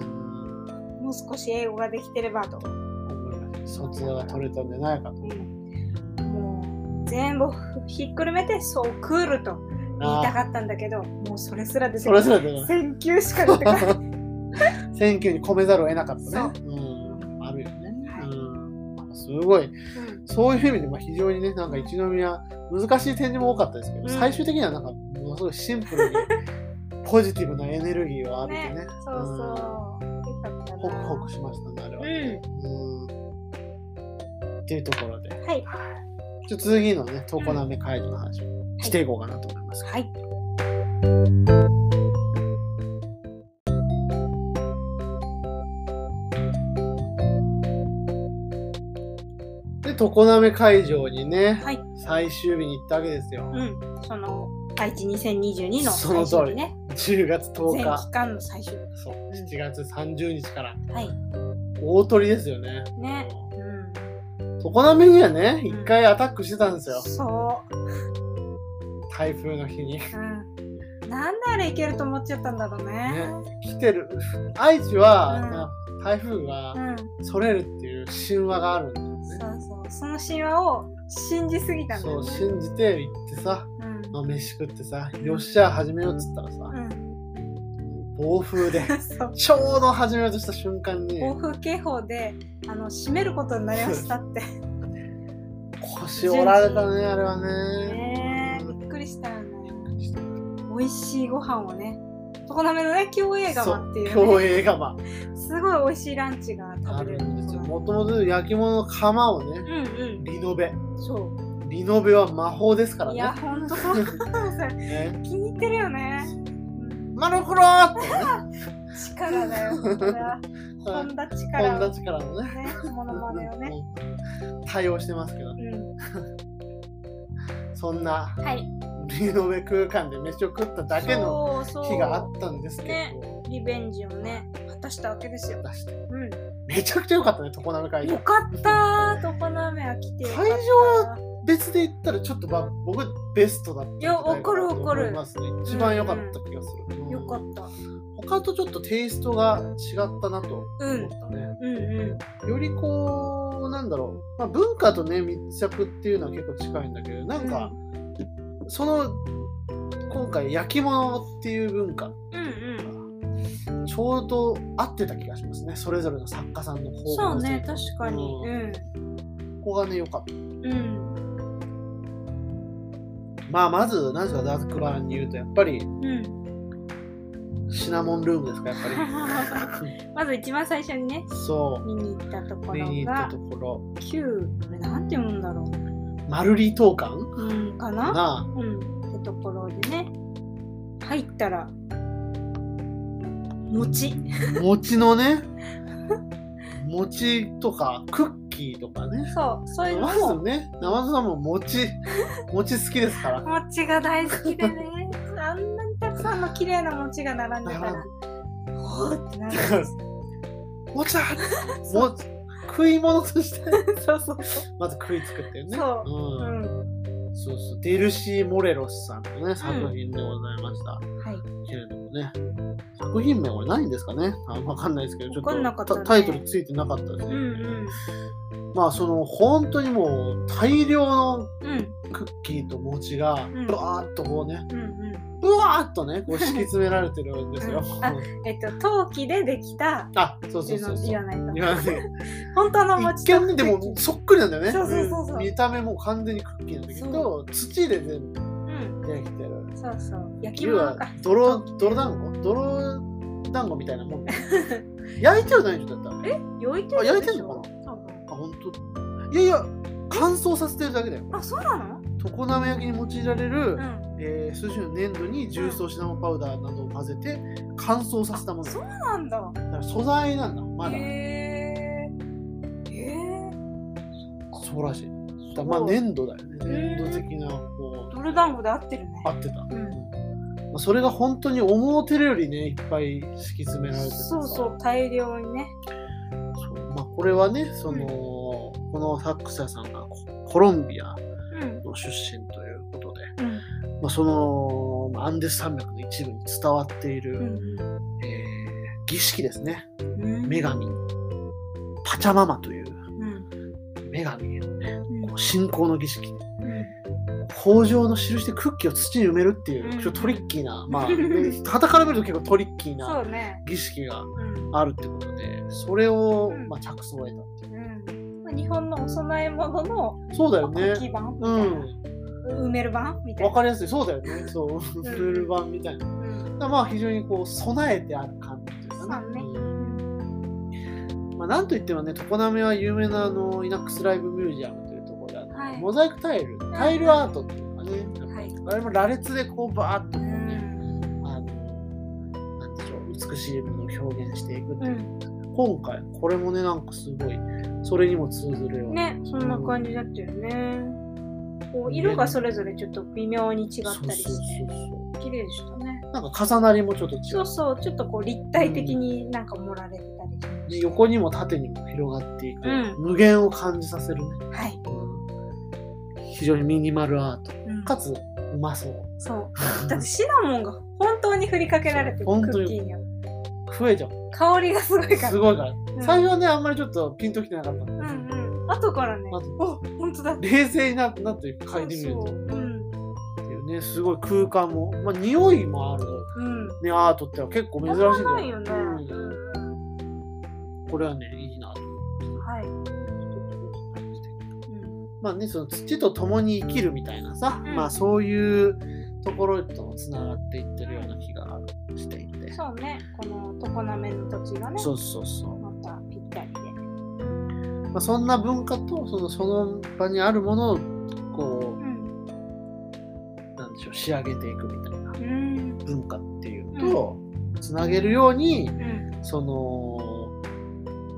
Speaker 1: うん
Speaker 2: もう少し英語ができてればと。
Speaker 1: 思いました卒業が取れたんじゃないかと。
Speaker 2: もう全部ひっくるめて、そうクールと言いた
Speaker 1: あ
Speaker 2: かったんだけど、もうそれすら
Speaker 1: ー
Speaker 2: 出て
Speaker 1: そ
Speaker 2: こな
Speaker 1: れ
Speaker 2: い。
Speaker 1: ぞれでね。
Speaker 2: 選球しか出 てこない。
Speaker 1: 選挙に込めざるを得なかった
Speaker 2: そ
Speaker 1: ね。うん、あるよね。
Speaker 2: はい
Speaker 1: うんまあすごいそういう意味で、まあ、非常にねなんか一宮難しい点示も多かったですけど、
Speaker 2: ん
Speaker 1: 最終的にはなんかのすごいシンプルにポジティブなエネルギーを浴びてね
Speaker 2: ねそうそう。よかったな。
Speaker 1: ホクホクしましたねあれはね、うんっていうところで
Speaker 2: はい。
Speaker 1: ちょっと次のね常滑解除の話をしていこうかなと思います、
Speaker 2: はい。
Speaker 1: で常滑会場にね
Speaker 2: はい。
Speaker 1: 最終日に行ったわけですよ、
Speaker 2: うん。その、愛知2022の
Speaker 1: その
Speaker 2: 最
Speaker 1: 通
Speaker 2: 終
Speaker 1: り
Speaker 2: 日ね。
Speaker 1: 10月10
Speaker 2: 全期
Speaker 1: 日
Speaker 2: 間の最終日。
Speaker 1: そう7月30日から
Speaker 2: はい。
Speaker 1: 大鳥ですよね
Speaker 2: ね。う
Speaker 1: 常滑にはね一回アタックしてたんですよ
Speaker 2: ん。そ
Speaker 1: 台風の日に
Speaker 2: う。うん。なんであれいけると思っちゃったんだろうね。
Speaker 1: 来てる愛知は、
Speaker 2: うん
Speaker 1: な台風が
Speaker 2: うん。
Speaker 1: それるっていう神話があるんだよね
Speaker 2: そうそう。その神話を信じすぎたんだ
Speaker 1: そ
Speaker 2: よ
Speaker 1: う
Speaker 2: ね。
Speaker 1: 信じて行ってさ、
Speaker 2: うん。
Speaker 1: まあ、飯食ってさよっしゃ始めようっつったらさ、
Speaker 2: うん。
Speaker 1: 暴風で
Speaker 2: そう。
Speaker 1: ちょうど始めようとした瞬間に
Speaker 2: 暴風警報で、あの、閉めることになりましたって。
Speaker 1: 腰折られたねあれは ね
Speaker 2: ねえ、びっくりしたよね。美味しいご飯をね、常滑のね、京映画っていう
Speaker 1: そう
Speaker 2: ね、
Speaker 1: 共映画場
Speaker 2: すごい美味しいランチが
Speaker 1: あ
Speaker 2: 食
Speaker 1: る
Speaker 2: べれる
Speaker 1: んですよ
Speaker 2: とこ
Speaker 1: もともと焼き物の釜をね
Speaker 2: ろうん
Speaker 1: リノベ
Speaker 2: うん、そ
Speaker 1: リノベは魔法ですから
Speaker 2: う。いや、
Speaker 1: ね
Speaker 2: ほんとそう。それ
Speaker 1: ね
Speaker 2: 気に入ってるよね。
Speaker 1: マルクローってね
Speaker 2: 力だよ。これは本田力
Speaker 1: 本
Speaker 2: を
Speaker 1: 田力のね
Speaker 2: ね、モノマネをね。
Speaker 1: うん対応してますけど
Speaker 2: うん。
Speaker 1: そんな
Speaker 2: はい。
Speaker 1: リノベ空間で飯を食っただけの
Speaker 2: そう
Speaker 1: 日があ
Speaker 2: そ
Speaker 1: ったんですけ
Speaker 2: ね
Speaker 1: ど
Speaker 2: う。リベンジをね、果たしたわけですよ。
Speaker 1: 出して
Speaker 2: うん。
Speaker 1: めちゃくちゃ良かったね常滑会
Speaker 2: よ
Speaker 1: 場
Speaker 2: かったー、常滑は来てよかった。
Speaker 1: 会別で言ったらちょっとば僕ベストだったんじゃない
Speaker 2: やわかるわかる
Speaker 1: 思いますね一番良かった気がする、うん
Speaker 2: よかった。
Speaker 1: 他とちょっとテイストが違ったなと
Speaker 2: う
Speaker 1: 思
Speaker 2: ん
Speaker 1: っ。たね、
Speaker 2: うんうん。
Speaker 1: よりこうなんだろう、まあ、文化とね密着っていうのは結構近いんだけどなんか、その今回焼き物っていう文化
Speaker 2: うんうん。
Speaker 1: ちょうど合ってた気がしますねそれぞれの作家さんの方向性
Speaker 2: そうね、確かに。
Speaker 1: う
Speaker 2: うん。
Speaker 1: ここがね良かった
Speaker 2: うん。
Speaker 1: まあまず何ですかダークバーンに言うとやっぱり
Speaker 2: うん。
Speaker 1: シナモンルームですかやっぱ り
Speaker 2: まず一番最初にね、
Speaker 1: そう
Speaker 2: 見に行ったとこ
Speaker 1: 見
Speaker 2: ろ
Speaker 1: に行った
Speaker 2: が
Speaker 1: と、ころ
Speaker 2: 旧、あれなんて読むんだろ
Speaker 1: マルリ島館
Speaker 2: う。うん、か
Speaker 1: か
Speaker 2: な
Speaker 1: な
Speaker 2: うん。ってところでね、入ったら、餅。
Speaker 1: 餅のね餅とかクッキーとかね
Speaker 2: そう、そういう
Speaker 1: ま
Speaker 2: の
Speaker 1: ず
Speaker 2: も、
Speaker 1: ね生田さんも餅餅好きですから
Speaker 2: 餅が大好きでね、 あんなにたくさんの綺麗な餅が並んでたら、ほーってなるんですよ。
Speaker 1: 餅だも食い物として
Speaker 2: そうそう
Speaker 1: まず食いつくっていうね
Speaker 2: そうう。うんん。
Speaker 1: そうそうデルシー・モレロスさんのね作品でございました、
Speaker 2: はい。
Speaker 1: けれどもね作品名これないんですかねあわかんないですけどちょ
Speaker 2: わかんな
Speaker 1: っ
Speaker 2: か
Speaker 1: と
Speaker 2: ったね
Speaker 1: タタイトルついてなかったです
Speaker 2: う
Speaker 1: ね、
Speaker 2: ん
Speaker 1: まあその本当にもう大量の
Speaker 2: うん。うん
Speaker 1: クッキーと餅が
Speaker 2: ん
Speaker 1: ブワーっとこうね
Speaker 2: うんうん。
Speaker 1: ブワーっとねこう敷き詰められてるんですよ。
Speaker 2: うん あえっと、陶器でできた
Speaker 1: あそう
Speaker 2: って
Speaker 1: そ
Speaker 2: い
Speaker 1: そう
Speaker 2: ううのを
Speaker 1: そう。
Speaker 2: 言わない
Speaker 1: い
Speaker 2: と。
Speaker 1: やね
Speaker 2: 本当の
Speaker 1: 一
Speaker 2: 餅と
Speaker 1: 見ねでもそっくりなんだよね。
Speaker 2: そうそうそうそうん
Speaker 1: 見た目も完全にクッキーなんだけど土で全部
Speaker 2: うん、
Speaker 1: できてる。
Speaker 2: そうそう。焼き
Speaker 1: 要
Speaker 2: 物
Speaker 1: は
Speaker 2: か。
Speaker 1: 泥泥団子泥団子みたいなもん。 焼いてはないんだったらね。
Speaker 2: 焼いてる
Speaker 1: あ焼いてんのか
Speaker 2: な
Speaker 1: あ本当。いやいや乾燥させてるだけだよ。
Speaker 2: あ、そうなの
Speaker 1: 常滑焼きに用いられる、
Speaker 2: うん。
Speaker 1: えー数種の粘土に重曹シナモンパウダーなどを混ぜて乾燥させたもの
Speaker 2: そ
Speaker 1: だ
Speaker 2: うなんだ。
Speaker 1: から素材なんだまだ
Speaker 2: へえ。へえ。
Speaker 1: そうらしいだからまあ
Speaker 2: そう
Speaker 1: 粘土だよね
Speaker 2: へー
Speaker 1: 粘土的なこう
Speaker 2: 泥団子で合ってるね。
Speaker 1: 合ってた、ま
Speaker 2: うん。
Speaker 1: あ、それが本当に思うてるよりねいっぱい敷き詰められててさ
Speaker 2: そうそう、大量にね。
Speaker 1: そうまあこれはねその、
Speaker 2: うん
Speaker 1: この作者さんがココロンビア
Speaker 2: うん。
Speaker 1: の出身ということで、
Speaker 2: うん。
Speaker 1: まあ、そのまあアンデス山脈の一部に伝わっている、
Speaker 2: う
Speaker 1: え
Speaker 2: ん
Speaker 1: ー儀式ですね
Speaker 2: うん。
Speaker 1: 女神パチャママという
Speaker 2: うん。
Speaker 1: 女神をね
Speaker 2: うん
Speaker 1: こう信仰の儀式
Speaker 2: うん
Speaker 1: 豊穣の印でクッキーを土に埋めるっていう
Speaker 2: うん
Speaker 1: ちょっとトリッキー なまあ傍から見ると結構トリッキー
Speaker 2: そ
Speaker 1: な
Speaker 2: うね。
Speaker 1: 儀式が
Speaker 2: うん。
Speaker 1: あるってことでそれを
Speaker 2: うん
Speaker 1: まあ着想を得たってい
Speaker 2: うん。まあ日本のお供え物の
Speaker 1: うそうだよね
Speaker 2: 基盤みた
Speaker 1: う
Speaker 2: いな。
Speaker 1: ん
Speaker 2: 埋める版みたい
Speaker 1: わ
Speaker 2: な。
Speaker 1: かりやすいそうだよねそうフル版みたいなだか
Speaker 2: うん
Speaker 1: らまあ非常にこう備えてある感じというか
Speaker 2: そうね
Speaker 1: うんまあ、なんといってもね常滑は有名なあのイナックスライブミュージアムというところであの、
Speaker 2: はい
Speaker 1: モザイクタイルタイルアートっていうかね、
Speaker 2: はい
Speaker 1: あれも羅列でこうバーッとこう
Speaker 2: う
Speaker 1: ね、
Speaker 2: ん
Speaker 1: あの、なんでしょう、美しいものを表現していくって
Speaker 2: う
Speaker 1: いう。
Speaker 2: ん
Speaker 1: 今回、これもね、なんかすごい、それにも通ずるような。
Speaker 2: ね、そんな感じだったよね。こう色がそれぞれちょっと微妙に違っ
Speaker 1: そう
Speaker 2: たり
Speaker 1: そうそう
Speaker 2: して、
Speaker 1: そ
Speaker 2: 綺麗でしたね。
Speaker 1: う。なんか重なりもちょっと違う。
Speaker 2: そうそう、ちょっとこう立体的になんか盛られてたりして。
Speaker 1: で横にも縦にも広がっていく、
Speaker 2: うん
Speaker 1: 無限を感じさせるね。
Speaker 2: はい。
Speaker 1: 非常にミニマルアート。
Speaker 2: うん
Speaker 1: かつ、うまそう。
Speaker 2: そう。だってシナモンが本当に振りかけられてる、ク
Speaker 1: そう本当
Speaker 2: ッ
Speaker 1: に
Speaker 2: キーには。
Speaker 1: 食えちゃう。
Speaker 2: 香りがすごいから。
Speaker 1: すごいから。
Speaker 2: うん
Speaker 1: 最初はね、あんまりちょっとピンときてなかった。
Speaker 2: うんうん。後からね、
Speaker 1: あ
Speaker 2: お本当だ。
Speaker 1: 冷静にななって嗅いでみる
Speaker 2: そう
Speaker 1: と
Speaker 2: そう。う
Speaker 1: っ
Speaker 2: ん。
Speaker 1: ていうね、すごい空間も、まあ、匂いもある。
Speaker 2: うん。
Speaker 1: ね、アートっては結構珍しいん
Speaker 2: あん
Speaker 1: じゃ
Speaker 2: ま
Speaker 1: な
Speaker 2: ない
Speaker 1: い
Speaker 2: よね。
Speaker 1: う
Speaker 2: うん
Speaker 1: んこれはね、いいなと思いま
Speaker 2: はい。
Speaker 1: した
Speaker 2: うん
Speaker 1: まあね、その土と共に生きるみたいなさ、
Speaker 2: うん
Speaker 1: まあそういうところともつながっていってるような気がしていて。
Speaker 2: そうね。この常滑の土地がね、
Speaker 1: そうそうそう。
Speaker 2: またぴったりで。
Speaker 1: まあ、そんな文化とそのその場にあるものをこ
Speaker 2: うん。
Speaker 1: う、なんでしょう、仕上げていくみたいな
Speaker 2: うん。
Speaker 1: 文化っていうのと、つなげるように、
Speaker 2: うん。
Speaker 1: その、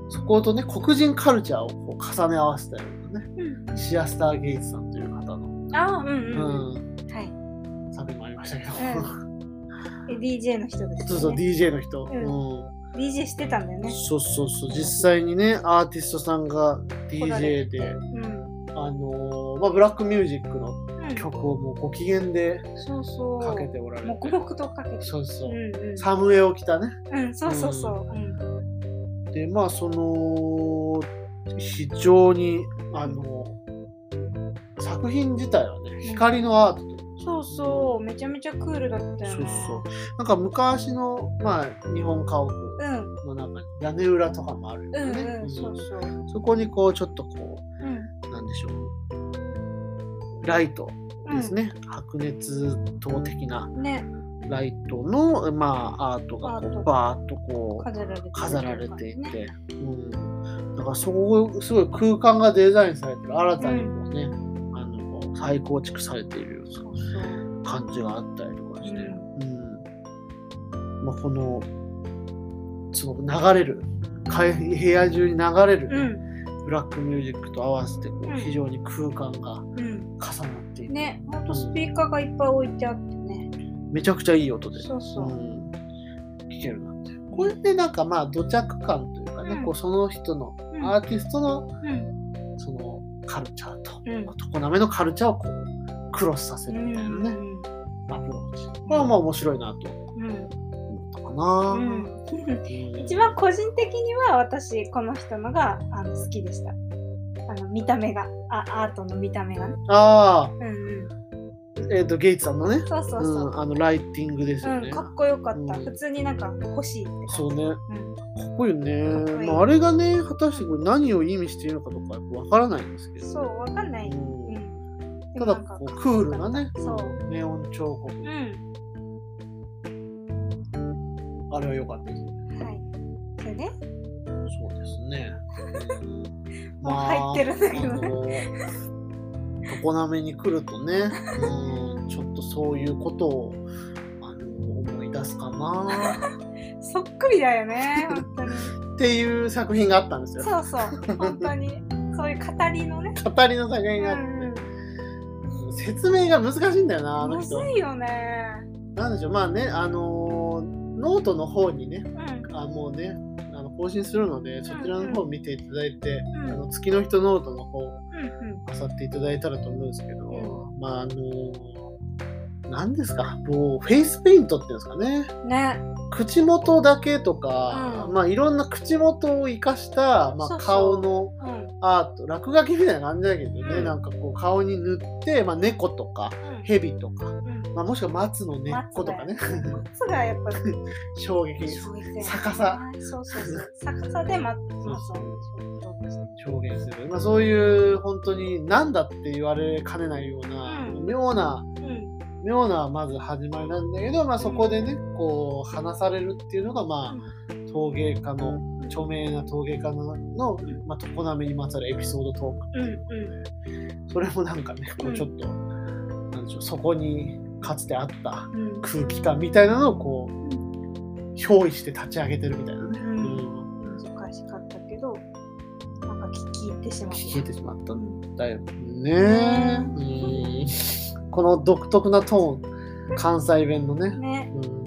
Speaker 1: そことね、黒人カルチャーをこう重ね合わせたようなね、
Speaker 2: う
Speaker 1: シアスター・ゲイツさんという方の、
Speaker 2: ん。ああ、うんうん。
Speaker 1: うん、
Speaker 2: は
Speaker 1: 作品もありましたけど、
Speaker 2: い。え DJ の人です、
Speaker 1: そう
Speaker 2: ね。
Speaker 1: そう DJ の人、
Speaker 2: うん
Speaker 1: う
Speaker 2: DJ してたんだよ
Speaker 1: ん
Speaker 2: ね。
Speaker 1: そうそうそう実際にねアーティストさんが DJ で、
Speaker 2: うん。
Speaker 1: あのーまあ、ブラックミュージックの
Speaker 2: うん、
Speaker 1: 曲をもうご機嫌で
Speaker 2: そうそう。
Speaker 1: かけておられて
Speaker 2: 黙々とかけて。
Speaker 1: そうそうう、
Speaker 2: んうん。
Speaker 1: サムエを着たね
Speaker 2: うん、そうそうそう。うん。
Speaker 1: でまあその非常にあの作品自体はね光のアートという
Speaker 2: そうそう。めちゃめちゃクールだったよ
Speaker 1: そう
Speaker 2: ね。
Speaker 1: そうなんか昔の、まあ、日本家屋
Speaker 2: うん。
Speaker 1: の中に屋根裏とかもあるよね、
Speaker 2: うんうん。
Speaker 1: ん
Speaker 2: そうそう。
Speaker 1: そこにこうちょっとこ
Speaker 2: うん。
Speaker 1: うなんでしょうライトですね、白熱灯的な
Speaker 2: うん。ね。
Speaker 1: ライトの、まあ、アートがこ
Speaker 2: アート
Speaker 1: うバーッとこう
Speaker 2: 飾られて。
Speaker 1: 飾られていて、。うん、だからそこすごい空間がデザインされてる新たにこうね、あのこう再構築されているよう
Speaker 2: そうそう。
Speaker 1: な感じがあったりとかして、
Speaker 2: う
Speaker 1: うんまあ、このすごく流れるかい部屋中に流れる、
Speaker 2: うん。
Speaker 1: ブラックミュージックと合わせてこ
Speaker 2: うん
Speaker 1: う非常に空間が
Speaker 2: うん。
Speaker 1: 重なっていて、
Speaker 2: ね。ほんとスピーカーがいっぱい置いてあってね。
Speaker 1: めちゃくちゃいい音で
Speaker 2: そうそう。
Speaker 1: ん、聴けるなってこれでなんかまあ土着感というかね、
Speaker 2: うん
Speaker 1: こうその人の
Speaker 2: うん
Speaker 1: アーティストの
Speaker 2: うん。
Speaker 1: そのカルチャーと
Speaker 2: うん。
Speaker 1: 常滑のカルチャーをこうクロスさせるみたいなね、アプローチこれはまあ面白いなと
Speaker 2: うん。
Speaker 1: 思ったか
Speaker 2: う
Speaker 1: な、
Speaker 2: ん。うん。
Speaker 1: うん
Speaker 2: 一番個人的には私この人のがあの好きでした。あの見た目があアートの見た目がね。
Speaker 1: ああ
Speaker 2: うんうん。
Speaker 1: えっ、とゲイツさんのね
Speaker 2: そうそう
Speaker 1: う
Speaker 2: そう。
Speaker 1: ん、あのライティングです
Speaker 2: う
Speaker 1: よ
Speaker 2: ん、
Speaker 1: ね、
Speaker 2: かっこよかった。
Speaker 1: うん
Speaker 2: 普通になんか欲しいって感じ。
Speaker 1: そうね
Speaker 2: うん。
Speaker 1: かっこいいよね
Speaker 2: かっこいい
Speaker 1: まあ、あれがね果たしてこれ何を意味しているのかとかよくわからないんですけど
Speaker 2: そう、わかんない。
Speaker 1: うん
Speaker 2: うん。
Speaker 1: ただこうクールなね
Speaker 2: そう。
Speaker 1: ネオン彫刻
Speaker 2: うん。
Speaker 1: あれは良かったです
Speaker 2: はい。それね。
Speaker 1: そうですね
Speaker 2: もう入ってるんだけどね
Speaker 1: ね常滑に来るとね、うん、ちょっとそういうことをあの思い出すかな
Speaker 2: そっくりだよね。本 当に。
Speaker 1: っていう作品があったんですよ
Speaker 2: そうそう。本当に。そういう語りのね。
Speaker 1: 語りの作
Speaker 2: う
Speaker 1: 品があって、
Speaker 2: ん。
Speaker 1: 説明が難しいんだよなあの
Speaker 2: むず
Speaker 1: 人
Speaker 2: いよね。
Speaker 1: なんでしょうまあねあのノートの方にね
Speaker 2: うん。
Speaker 1: あもうねあの更新するのでそちらの方を見ていただいて、
Speaker 2: うん
Speaker 1: あの月の人ノートの方
Speaker 2: うん。
Speaker 1: あさっていただいたらと思うんですけど、まああの何ですかもうフェイスペイントっていうんですかね
Speaker 2: うん。ね。
Speaker 1: 口元だけとか、
Speaker 2: うん
Speaker 1: まあいろんな口元を生かした、ま
Speaker 2: そ
Speaker 1: あ、
Speaker 2: うそう
Speaker 1: 顔の
Speaker 2: うん。うん。
Speaker 1: アート落書きみたいな感じだけどね、
Speaker 2: うん
Speaker 1: なんかこう顔に塗って、まあ、猫とか蛇とか、
Speaker 2: うん
Speaker 1: まあ、もしくは松の根っ
Speaker 2: 松
Speaker 1: こと
Speaker 2: だ
Speaker 1: か
Speaker 2: よ
Speaker 1: ね
Speaker 2: 松がやっぱ
Speaker 1: 衝撃です
Speaker 2: 衝撃的
Speaker 1: 逆さ。
Speaker 2: そうそうそう。逆さで松。そうそう。そう
Speaker 1: 表現する、まあ、そういう本当に何だって言われかねないような、
Speaker 2: う
Speaker 1: 妙な
Speaker 2: うん
Speaker 1: 妙なまず始まりなんだけど、まあ、そこでねこう話されるっていうのが、まあ、陶芸家の著名な陶芸家の、まあ、常滑にまつわるエピソードトークっていうことでそれもなんかねこうちょっと、なんでしょうそこにかつてあった
Speaker 2: うん
Speaker 1: 空気感みたいなのをこう憑依して立ち上げてるみたいなね、
Speaker 2: うん
Speaker 1: うん
Speaker 2: 難しかったけどなんか聞き入ってしまっ
Speaker 1: 聞けてしまった
Speaker 2: た。うん
Speaker 1: だよねうんこの独特なトーン関西弁のね、
Speaker 2: ね。
Speaker 1: うん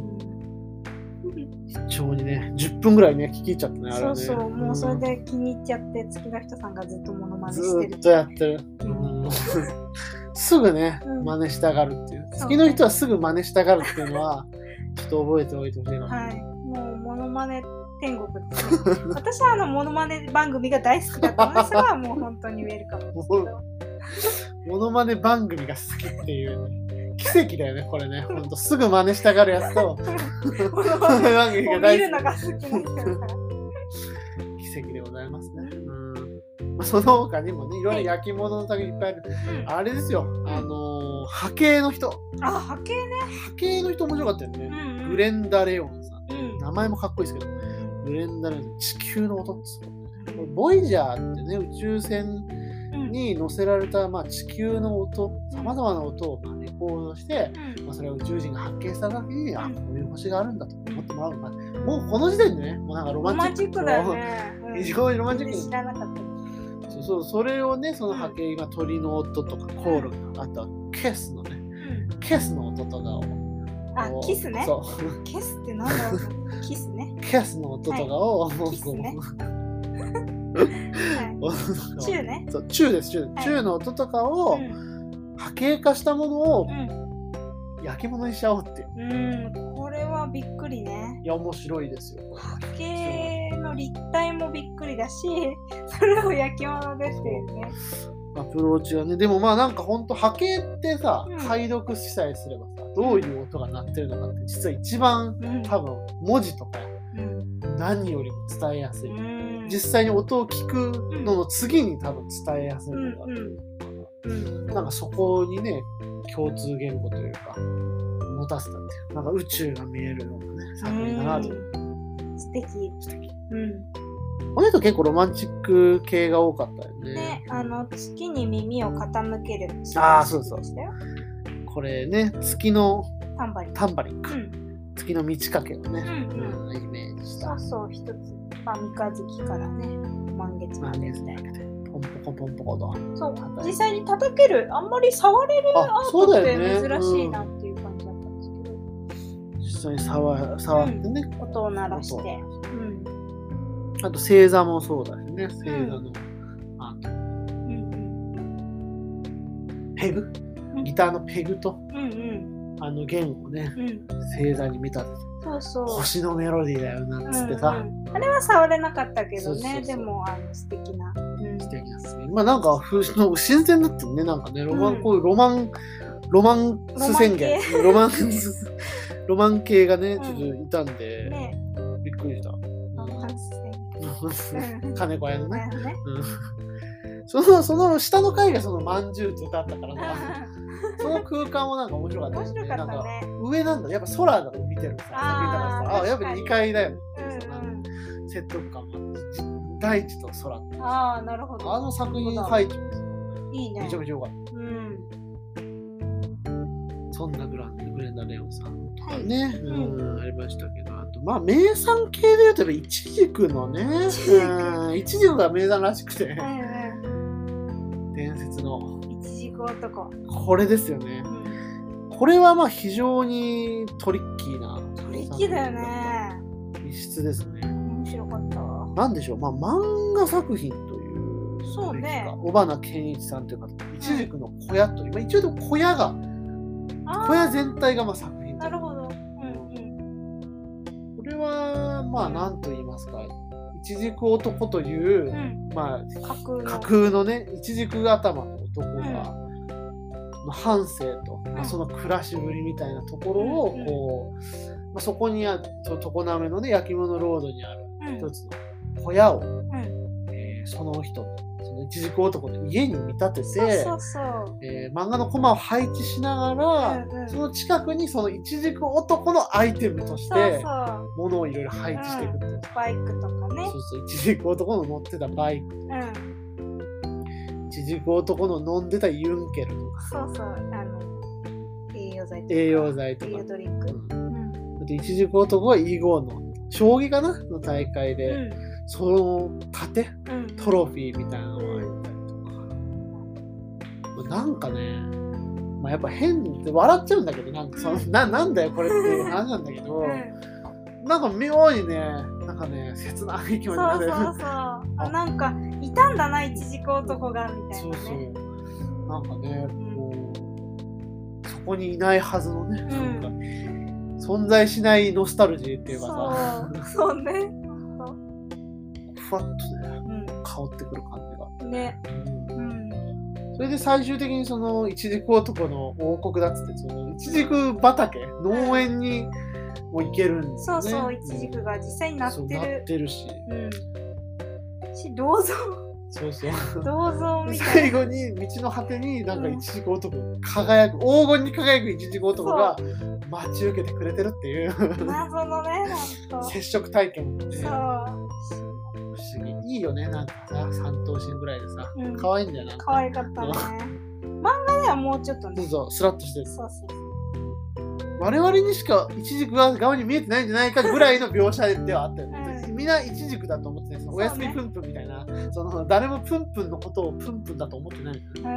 Speaker 1: 一応にね10分ぐらいね聞き入っちゃったねあれ
Speaker 2: そ
Speaker 1: は
Speaker 2: う
Speaker 1: ね
Speaker 2: そう、もうそれ
Speaker 1: ん
Speaker 2: で気に入っちゃって、月の人さんがずっとモノマネ
Speaker 1: ず
Speaker 2: して
Speaker 1: ー
Speaker 2: る
Speaker 1: っ。とやってる、うんすぐね
Speaker 2: うん
Speaker 1: 真似したがるっていう
Speaker 2: そう
Speaker 1: 好きの人はすぐ真似したがるっていうのはちょっと覚えておいてほしいな、
Speaker 2: はい。もうモノマネ天国 って、ね。私はあのモノマネ番組が大好きだったのですが、もう本当にウェルカムですけど。
Speaker 1: モノマネ番組が好きっていうね奇跡だよねこれねほんとすぐ真似したがるやつと
Speaker 2: モノ
Speaker 1: モノ
Speaker 2: マ
Speaker 1: マネ
Speaker 2: ネ
Speaker 1: 番組
Speaker 2: も
Speaker 1: が
Speaker 2: う見
Speaker 1: 大
Speaker 2: る
Speaker 1: 好
Speaker 2: のが好きな人だから。
Speaker 1: き奇跡でございますねうんまあその他にもねいろいろ焼き物の類いっぱいある
Speaker 2: うん
Speaker 1: あれですよあのー波形の人
Speaker 2: あ、波形ね。
Speaker 1: 波形の人面白かったよね、
Speaker 2: うんうん
Speaker 1: グレンダ・レオンさん。
Speaker 2: うん
Speaker 1: 名前もかっこいいですけど、グレンダ・レオン地球の音っつうのこれボイジャーってね、宇宙船
Speaker 2: うん
Speaker 1: に乗せられた、まあ、地球の音、さまざまな音をまあレコードして、まあ、それを宇宙人が発見した時に、あ、
Speaker 2: うん
Speaker 1: こういう星があるんだと思ってもらう。まあもうこの時点でね、もうなんかロ
Speaker 2: ロ
Speaker 1: マ
Speaker 2: マ
Speaker 1: ン
Speaker 2: ン
Speaker 1: チ
Speaker 2: チ
Speaker 1: ッ
Speaker 2: ッ
Speaker 1: ク
Speaker 2: ク
Speaker 1: な
Speaker 2: だよね。うん
Speaker 1: 非常にロマンチックな
Speaker 2: 全然知らなかった。
Speaker 1: そうそう、それをね、その波形、今鳥の音とかコオロギとか、あとはケースのね、
Speaker 2: うん
Speaker 1: ケースの音とかを。
Speaker 2: あ
Speaker 1: こう、
Speaker 2: キスね。
Speaker 1: そう。
Speaker 2: キスってなんだろう。キスね。
Speaker 1: キャスの音とかを、もう
Speaker 2: キ スね
Speaker 1: こ
Speaker 2: は
Speaker 1: う音と
Speaker 2: い。
Speaker 1: か
Speaker 2: チューね。
Speaker 1: をそうチューですチュー、
Speaker 2: はい
Speaker 1: チューの音とかを
Speaker 2: うん
Speaker 1: 波形化したものを
Speaker 2: うん。
Speaker 1: 焼き物にしちゃおうっていう
Speaker 2: うん、これはびっくりね。
Speaker 1: いや面白いですよ
Speaker 2: 波形の立体もびっくりだし、それを焼き物でっていうね。
Speaker 1: アプローチはねでもまあなんかほんと波形ってさ、
Speaker 2: うん
Speaker 1: 解読しさえすればさどういう音が鳴ってるのかって実は一番
Speaker 2: うん
Speaker 1: 多分文字とか
Speaker 2: うん
Speaker 1: 何よりも伝えやすい、
Speaker 2: うん
Speaker 1: 実際に音を聞くのの次に多分伝えやすいのがある、
Speaker 2: うん
Speaker 1: なんかそこにね、共通言語というか、持たせたっていう、なんか宇宙が見えるようなね、作品だなと。
Speaker 2: うん素敵。
Speaker 1: 素敵
Speaker 2: うん。
Speaker 1: この人結構ロマンチック系が多かったよね。
Speaker 2: ね、あの月に耳を傾ける。
Speaker 1: あーそうそう
Speaker 2: でしたよ。
Speaker 1: これね、月の
Speaker 2: タンバリン。
Speaker 1: タンバリンか、
Speaker 2: うん。
Speaker 1: 月の満ち欠けを
Speaker 2: う
Speaker 1: ね、う
Speaker 2: ん。
Speaker 1: んイメージし
Speaker 2: そ
Speaker 1: た
Speaker 2: う。そう、一つ。まあ、三日月からね、満月
Speaker 1: ま
Speaker 2: ま
Speaker 1: あ、
Speaker 2: で
Speaker 1: ね、
Speaker 2: みたいな。
Speaker 1: ポンポコポンポコと。
Speaker 2: そう
Speaker 1: 叩いて、
Speaker 2: 実際に叩ける、あんまり触れるア
Speaker 1: あ、
Speaker 2: ー
Speaker 1: そ
Speaker 2: ト
Speaker 1: う
Speaker 2: っ
Speaker 1: だ
Speaker 2: て
Speaker 1: よね。
Speaker 2: 珍しいな
Speaker 1: うん
Speaker 2: っていう感じだったんですけど。
Speaker 1: 実際に触触ってね、
Speaker 2: 音を鳴らして。うん。
Speaker 1: あと星座もそうだよね、星座の。あと
Speaker 2: うん
Speaker 1: ペグ
Speaker 2: うん
Speaker 1: ギターのペグと、
Speaker 2: うん。うん
Speaker 1: あの弦をね、
Speaker 2: うんうん。
Speaker 1: 星座に見立てて。
Speaker 2: そうそう。
Speaker 1: 星のメロディーだよなっつって
Speaker 2: う
Speaker 1: さ、
Speaker 2: んうんあれは触れなかったけ
Speaker 1: そう
Speaker 2: ど
Speaker 1: そうそ
Speaker 2: ね、
Speaker 1: う
Speaker 2: でもあの素敵な。うん
Speaker 1: 素敵ですねまあなんか風刺の新鮮だったねなんかねロマン、こういうロマンロマンス宣言ロマンス ロマン系がね
Speaker 2: うん
Speaker 1: ちょっといたんで、
Speaker 2: ね
Speaker 1: びっくりした、
Speaker 2: ロマンスうん
Speaker 1: 金子屋の
Speaker 2: だ
Speaker 1: ね、
Speaker 2: よね。
Speaker 1: うん、そのその下の階がそのまんじゅうって歌あったからさその空間もなんか面白かった
Speaker 2: 面
Speaker 1: よ
Speaker 2: 白か
Speaker 1: な
Speaker 2: っ
Speaker 1: ん
Speaker 2: た
Speaker 1: か
Speaker 2: ね。
Speaker 1: 上なんだやっぱ空が見てるさ
Speaker 2: あー
Speaker 1: 見たらさあやっ
Speaker 2: 確
Speaker 1: ぱ
Speaker 2: かに
Speaker 1: 2階だよね
Speaker 2: う
Speaker 1: っていうさなんか
Speaker 2: んう
Speaker 1: 説得感もあって大地と空って
Speaker 2: ん。ああ、なるほど。
Speaker 1: あの作品配置
Speaker 2: いいね
Speaker 1: めちゃ。めちゃ良かった。
Speaker 2: うん。
Speaker 1: そんなグラングレンダ・レオンさんとか
Speaker 2: はい
Speaker 1: ね、
Speaker 2: う
Speaker 1: うん、ありましたけど、あと、まあ、名産系で言うと、やっぱイチジクのね、うんイチジクが名産らしくて、
Speaker 2: うん
Speaker 1: 伝説の、
Speaker 2: うん。いちじく男。
Speaker 1: これですよね
Speaker 2: う。ん
Speaker 1: これはまあ、非常にトリッキーな。
Speaker 2: トリッキーだよね。
Speaker 1: 異質ですね。
Speaker 2: 面白かったわ。
Speaker 1: なんでしょう、まあ、漫画作品という。
Speaker 2: そうね
Speaker 1: 小花健一さんという方、イチジクの小屋という、まあ、一応でも小屋が、
Speaker 2: あ
Speaker 1: 小屋全体がまあ作品
Speaker 2: あ、なるほど。うんうん。
Speaker 1: これはまあ何と言いますかイチジク男という、
Speaker 2: うん。
Speaker 1: ま
Speaker 2: 架空
Speaker 1: あ
Speaker 2: の。
Speaker 1: 架空のねイチジク頭の男が、まあ、半生と、まあ、
Speaker 2: うん
Speaker 1: その暮らしぶりみたいなところを
Speaker 2: うんうん
Speaker 1: こう、まあ、そこにある常滑のね焼き物ロードにある
Speaker 2: うん
Speaker 1: 一つの小屋を、
Speaker 2: うん
Speaker 1: ええーその人のそのいちじく男の家に見立て
Speaker 2: そう
Speaker 1: て
Speaker 2: そうそう。
Speaker 1: えー漫画のコマを配置しながら、
Speaker 2: うんうん
Speaker 1: その近くにそのいちじく男のアイテムとし
Speaker 2: そう
Speaker 1: て
Speaker 2: そう。
Speaker 1: ものをいろいろ配置していくっていう、
Speaker 2: バイクとかね
Speaker 1: そ。うそういちじく男の乗ってたバイク
Speaker 2: うん。
Speaker 1: いちじく男の飲んでたユンケルとか
Speaker 2: そうそう。あの、栄養剤とか。
Speaker 1: 栄養剤と
Speaker 2: 栄
Speaker 1: か
Speaker 2: 養ドリンク。うん。
Speaker 1: あといちじく男は囲碁の将棋かなの大会で、
Speaker 2: う
Speaker 1: その盾
Speaker 2: ん。
Speaker 1: トロフィーみたいなのがあったりとか、なんかね、まあ、やっぱ変って笑っちゃうんだけどなんかその
Speaker 2: うん
Speaker 1: ななんだよこれっていう話なんだけど、
Speaker 2: うん。
Speaker 1: なんか妙にねなんかね切ない気持ちに
Speaker 2: そうそ
Speaker 1: な
Speaker 2: う
Speaker 1: る
Speaker 2: そう。あ、なんか、いたんだな、いちじく男が、みたい
Speaker 1: そ
Speaker 2: な
Speaker 1: う
Speaker 2: ね。
Speaker 1: そうなんかね
Speaker 2: ん
Speaker 1: こうそこにいないはずのね、
Speaker 2: ん
Speaker 1: なんか存在しないノスタルジーっていうかさ
Speaker 2: そうそうね。
Speaker 1: ふわっとね
Speaker 2: う
Speaker 1: 香ってくる感じが。
Speaker 2: ん。ね。
Speaker 1: うん
Speaker 2: うん。
Speaker 1: それで最終的にそのイチジク男の王国だっつってそのイチジク畑農園にも行けるんです
Speaker 2: そ
Speaker 1: よ
Speaker 2: う
Speaker 1: ね。
Speaker 2: そう、いちじくが実際になっ
Speaker 1: そう
Speaker 2: て
Speaker 1: な
Speaker 2: る
Speaker 1: っ。てるし
Speaker 2: うん。し、銅像、
Speaker 1: そうそう
Speaker 2: 銅像みたい
Speaker 1: 最後に道の果てになんかイチジク男が輝く黄金に輝くイチジク男が待ち受けてくれてるっていう
Speaker 2: な。謎のね、ほんと。
Speaker 1: 接触体験もね不
Speaker 2: そう。
Speaker 1: 思議いいよねなんかさ三頭身ぐらいでさ
Speaker 2: うん
Speaker 1: 可愛いんだよな
Speaker 2: 可愛かったね。漫画ではもうちょっ
Speaker 1: そ
Speaker 2: と
Speaker 1: う
Speaker 2: ね。
Speaker 1: そうスラッとしてる
Speaker 2: そうそうそう。
Speaker 1: 我々にしかイチジクが側に見えてないんじゃないかぐらいの描写ではあったよね。
Speaker 2: う
Speaker 1: みんなイチジクだと思ってない。その
Speaker 2: そ
Speaker 1: お
Speaker 2: うね
Speaker 1: やすみプンプンみたいな。その誰もプンプンのことをプンプンだと思ってない
Speaker 2: へえ。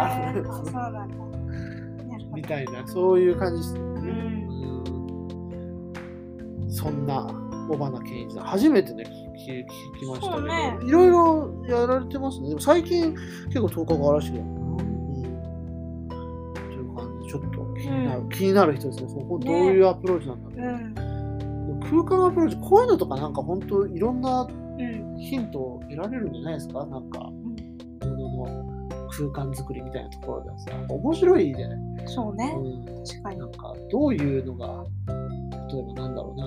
Speaker 1: あ
Speaker 2: そうなんだ。なるほ
Speaker 1: み
Speaker 2: ど。
Speaker 1: たいな。そういう感じですね。
Speaker 2: ん
Speaker 1: うんそんな小花健一さん初めてね聞き聞きましたけ
Speaker 2: そう
Speaker 1: ど、
Speaker 2: ね
Speaker 1: いろいろやられてますね。でも最近結構投稿が嵐だよな。という感じでちょっと気になる、
Speaker 2: うん
Speaker 1: 気になる人ですね。ここどういうアプローチなんだろう。
Speaker 2: うん。
Speaker 1: 空間アプローチこういうのとかなんか本当いろんな
Speaker 2: うん。
Speaker 1: ヒントを得られるんじゃないですかなんかものの空間作りみたいなところではさ面白いじゃない、
Speaker 2: そうね。
Speaker 1: うん、
Speaker 2: 確かに
Speaker 1: な。んかどういうのが例えばなんだろう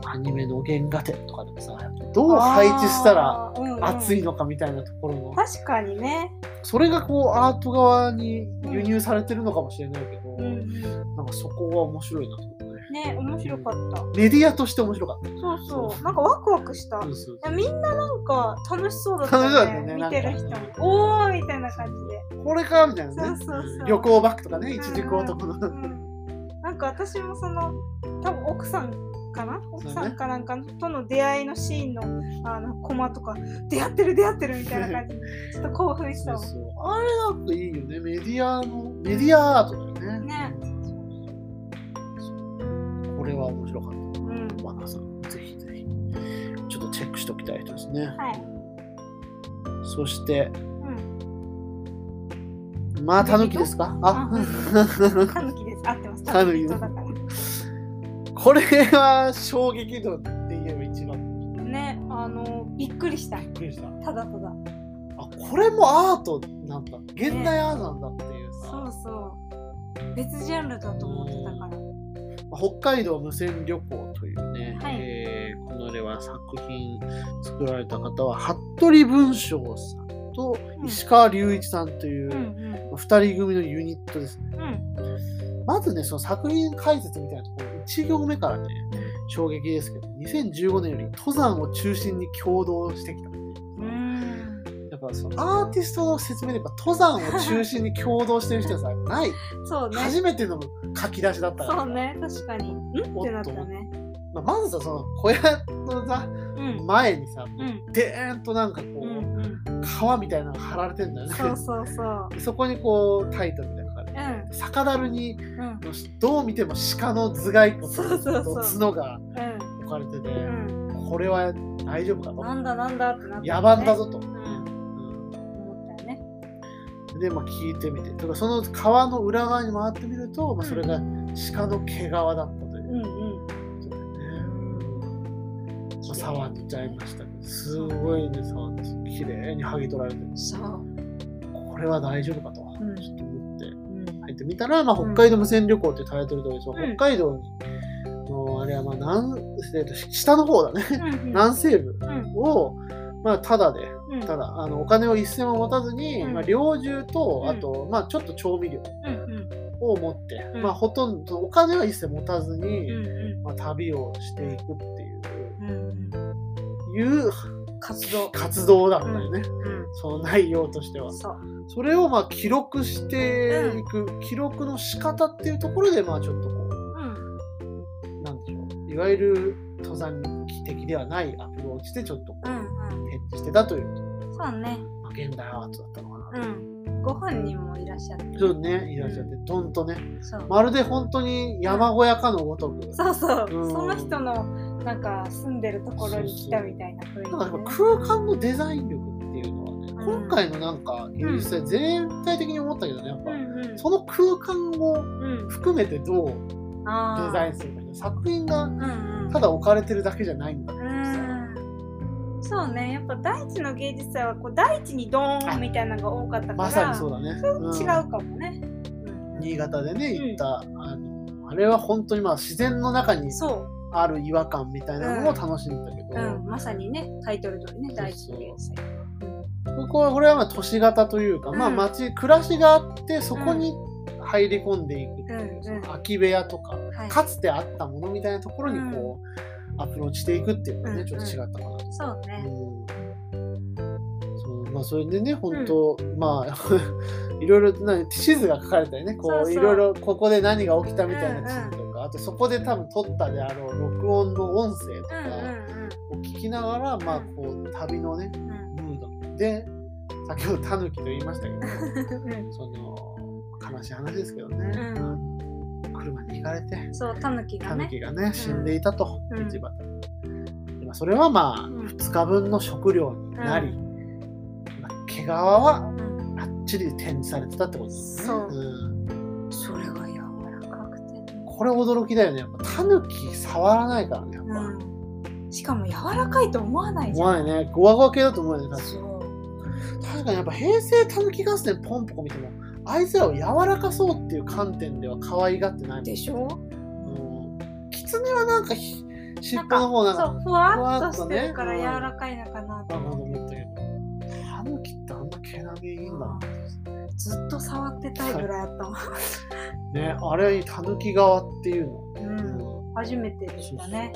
Speaker 1: なアニメの原画展とかでもさやっぱどう配置したら
Speaker 2: あー、うんうん
Speaker 1: 熱いのかみたいなところの
Speaker 2: 確かにね。
Speaker 1: それがこうアート側に輸入されてるのかもしれないけど、
Speaker 2: うん。
Speaker 1: なんかそこは面白いなと思うね
Speaker 2: ね、面白かった。
Speaker 1: メディアとして面白かった
Speaker 2: そうそう。なんかワクワクした。
Speaker 1: そうそう
Speaker 2: いやみんななんか楽しそうだった
Speaker 1: 楽しそうだった
Speaker 2: ね
Speaker 1: よね
Speaker 2: 見てる人
Speaker 1: なん
Speaker 2: もおーみたいな感じで、
Speaker 1: これかみたいなね
Speaker 2: そうそうそう
Speaker 1: 旅行バッグとかね一軸男の、
Speaker 2: うん、なんか私もその多分奥さんかな奥さんかなんかとの出会いのシーンのあのコマとか出会ってる出会ってるみたいな感じでちょっと興奮し
Speaker 1: そ
Speaker 2: た
Speaker 1: う
Speaker 2: もん
Speaker 1: そうあれなんかいいよねメディアのメディアアートだよね
Speaker 2: ね、
Speaker 1: これは面白かっ
Speaker 2: うん、
Speaker 1: たマナさんぜひぜひちょっとチェックしておきたい人ですね
Speaker 2: はい、
Speaker 1: そして
Speaker 2: うん、
Speaker 1: まあタヌキですかあ
Speaker 2: タヌキです合ってます
Speaker 1: タヌキ
Speaker 2: 人だから
Speaker 1: これは衝撃度って言えば一番
Speaker 2: ねあのびっくりした
Speaker 1: びっくりしたあ
Speaker 2: ただただ
Speaker 1: これもアートなんだ現代アートなんだっていうさ、
Speaker 2: そうそう別ジャンルだと思ってたから
Speaker 1: 北海道無線旅行というね、
Speaker 2: はい
Speaker 1: えーこのでは作品作られた方は服部文章さんと
Speaker 2: うん
Speaker 1: 石川隆一さんといううん2人組のユニットですね、
Speaker 2: うんうん
Speaker 1: まずねその作品解説みたいなところ1行目からね衝撃ですけど2015年より登山を中心に共同してきた
Speaker 2: うん
Speaker 1: やっぱそのアーティストの説明でやっぱ登山を中心に共同してる人はさない
Speaker 2: そうね。
Speaker 1: 初めての書き出しだったから
Speaker 2: そうね、確かに。んってなったね。
Speaker 1: まあまずさその小屋のさ
Speaker 2: うん。
Speaker 1: 前にさ
Speaker 2: うん。
Speaker 1: でーんとなんかこ
Speaker 2: う
Speaker 1: う、
Speaker 2: んうん。
Speaker 1: 川みたいなのが張られてんだよね
Speaker 2: そうそうそう。
Speaker 1: で そこにこうタイトルみたいなのが書かれて
Speaker 2: うん。
Speaker 1: 酒樽に
Speaker 2: うん。
Speaker 1: どう見ても鹿の頭蓋骨
Speaker 2: そうそうそう
Speaker 1: と角が置かれてて
Speaker 2: うん。
Speaker 1: これは大丈夫か
Speaker 2: うん。
Speaker 1: と
Speaker 2: なんだなんだってなった、ね。
Speaker 1: 野蛮だ。ぞと、
Speaker 2: うん。
Speaker 1: う
Speaker 2: 思ったよね。
Speaker 1: んでまあ聞いてみてとかその川の裏側に回ってみると、まあ、それが鹿の毛皮だったという
Speaker 2: う、ん
Speaker 1: まあ、触っちゃいましたけどすごいね触って綺麗に剥ぎ取られてる
Speaker 2: うん。そう。
Speaker 1: これは大丈夫かと、
Speaker 2: うん
Speaker 1: ちょっと思って
Speaker 2: うん。
Speaker 1: 入ってみたら、まあ、北海道無線旅行っていうタイトル通り、その
Speaker 2: うん
Speaker 1: 北海道に、のあれはまあ南、えっと、下の方だね、
Speaker 2: うんうん
Speaker 1: 南西部
Speaker 2: うん。
Speaker 1: をまあ、ただで、
Speaker 2: うん
Speaker 1: ただ、あのお金を一銭も持たずに、
Speaker 2: うん
Speaker 1: まあ、猟銃と
Speaker 2: う、ん
Speaker 1: あと、まあ、ちょっと調味料
Speaker 2: うん
Speaker 1: を持って、
Speaker 2: うん
Speaker 1: まあ、ほとんど、お金は一銭持たず
Speaker 2: うん
Speaker 1: に、
Speaker 2: う
Speaker 1: まあ、旅をしていくってい
Speaker 2: んうん
Speaker 1: う、いう
Speaker 2: 活動
Speaker 1: 活動だったよね、
Speaker 2: う
Speaker 1: その内容としては
Speaker 2: ん。そう
Speaker 1: それをまあ記録していく、記録の仕方っていうところで、まあ、ちょっとこう、
Speaker 2: うん
Speaker 1: なんでしょう、いわゆる登山的ではないアプローチで、ちょっとこう、
Speaker 2: うん
Speaker 1: 展示してたという、
Speaker 2: うんそうね
Speaker 1: まあ、現代アートだったのかな。
Speaker 2: うんご本人もいらっしゃって
Speaker 1: ちょっとね、いらっしゃって、どんとね、
Speaker 2: そう
Speaker 1: まるで本当に山小屋かのごとく、
Speaker 2: そうそう、
Speaker 1: うん
Speaker 2: その人のなんか住んでるところに来たみたいな雰囲気
Speaker 1: なんかやっぱ
Speaker 2: ね、
Speaker 1: 空間のデザイン力っていうのはね、
Speaker 2: うん
Speaker 1: 今回のなんか芸術祭全体的に思ったけどね、やっぱ、
Speaker 2: うんうん
Speaker 1: その空間を
Speaker 2: うん
Speaker 1: 含めてどう
Speaker 2: あ
Speaker 1: デザインするかね、作品が
Speaker 2: ンうんうん
Speaker 1: ただ置かれてるだけじゃないんだっていうさ
Speaker 2: うんそうねやっぱ大地の芸術祭はこう大地にドーンみたいなのが多かったから
Speaker 1: まさにそうだね。うん
Speaker 2: 違うかもね、うん
Speaker 1: 新潟でね
Speaker 2: うん
Speaker 1: 行った、あのあれは本当にまあ自然の中に
Speaker 2: そう
Speaker 1: ある違和感みたいなのを楽しんだけど、
Speaker 2: うん、まさにね、タイトル通りね、第一芸祭。
Speaker 1: ここはこれはまあ都市型というか、まあ
Speaker 2: うん
Speaker 1: 町暮らしがあってそこに入り込んでいくっていう、
Speaker 2: うん
Speaker 1: そ
Speaker 2: うん
Speaker 1: の空き部屋とか、
Speaker 2: はい
Speaker 1: かつてあったものみたいなところにこう、アプローチしていくっていうのはね、
Speaker 2: うん
Speaker 1: ちょっと違ったかなと、
Speaker 2: そうね。
Speaker 1: うんそうまあそれでね本当、まあ いろいろな地図が書かれたりねこう
Speaker 2: そうそう
Speaker 1: いろいろここで何が起きたみたいな地図とか、あとそこで多分撮ったであろう録音の音声と
Speaker 2: う
Speaker 1: か
Speaker 2: んうん
Speaker 1: を聞きながら、まあこう旅のね
Speaker 2: うん
Speaker 1: ムードで先ほどタヌキと言いましたけど
Speaker 2: うん
Speaker 1: その悲しい話ですけどね、
Speaker 2: うん
Speaker 1: あの車にひかれて
Speaker 2: うん。そう、タヌキ
Speaker 1: タ
Speaker 2: が
Speaker 1: ヌ
Speaker 2: ね。
Speaker 1: キがね、死んでいたと、
Speaker 2: うん
Speaker 1: 道端でまあそれはま
Speaker 2: うん
Speaker 1: あ2日分の食料になり、
Speaker 2: う
Speaker 1: まあ毛皮は
Speaker 2: うん
Speaker 1: あっちり展示されてたってことですね
Speaker 2: そうんそれが柔らかくて。
Speaker 1: これ驚きだよねやっぱタヌキ触らないからねやっぱ、
Speaker 2: うん。しかも柔らかいと思わないじ
Speaker 1: 思
Speaker 2: ゃん。
Speaker 1: わないねゴワゴワ系だと思うよね確かに
Speaker 2: そう。
Speaker 1: 確かにやっぱ平成たぬき合戦ポンポコ見てもあいつらを柔らかそうっていう観点では可愛がってないもん
Speaker 2: でしょ
Speaker 1: うんキツネはなんかひ尻
Speaker 2: な
Speaker 1: 尾
Speaker 2: んか、
Speaker 1: の方なん
Speaker 2: そ
Speaker 1: か
Speaker 2: う、ふわっと
Speaker 1: ふわっと
Speaker 2: し
Speaker 1: ね
Speaker 2: てるから柔らかいのかなと
Speaker 1: なるほど
Speaker 2: 思
Speaker 1: 思っ
Speaker 2: って
Speaker 1: たけどタヌキってあんな毛並みいいんだな
Speaker 2: ずっと触ってたいぐらいあったもん。
Speaker 1: ねあれにタヌキ側っていうの
Speaker 2: うん。初めてで
Speaker 1: そ
Speaker 2: し
Speaker 1: うそ
Speaker 2: た
Speaker 1: う
Speaker 2: ね。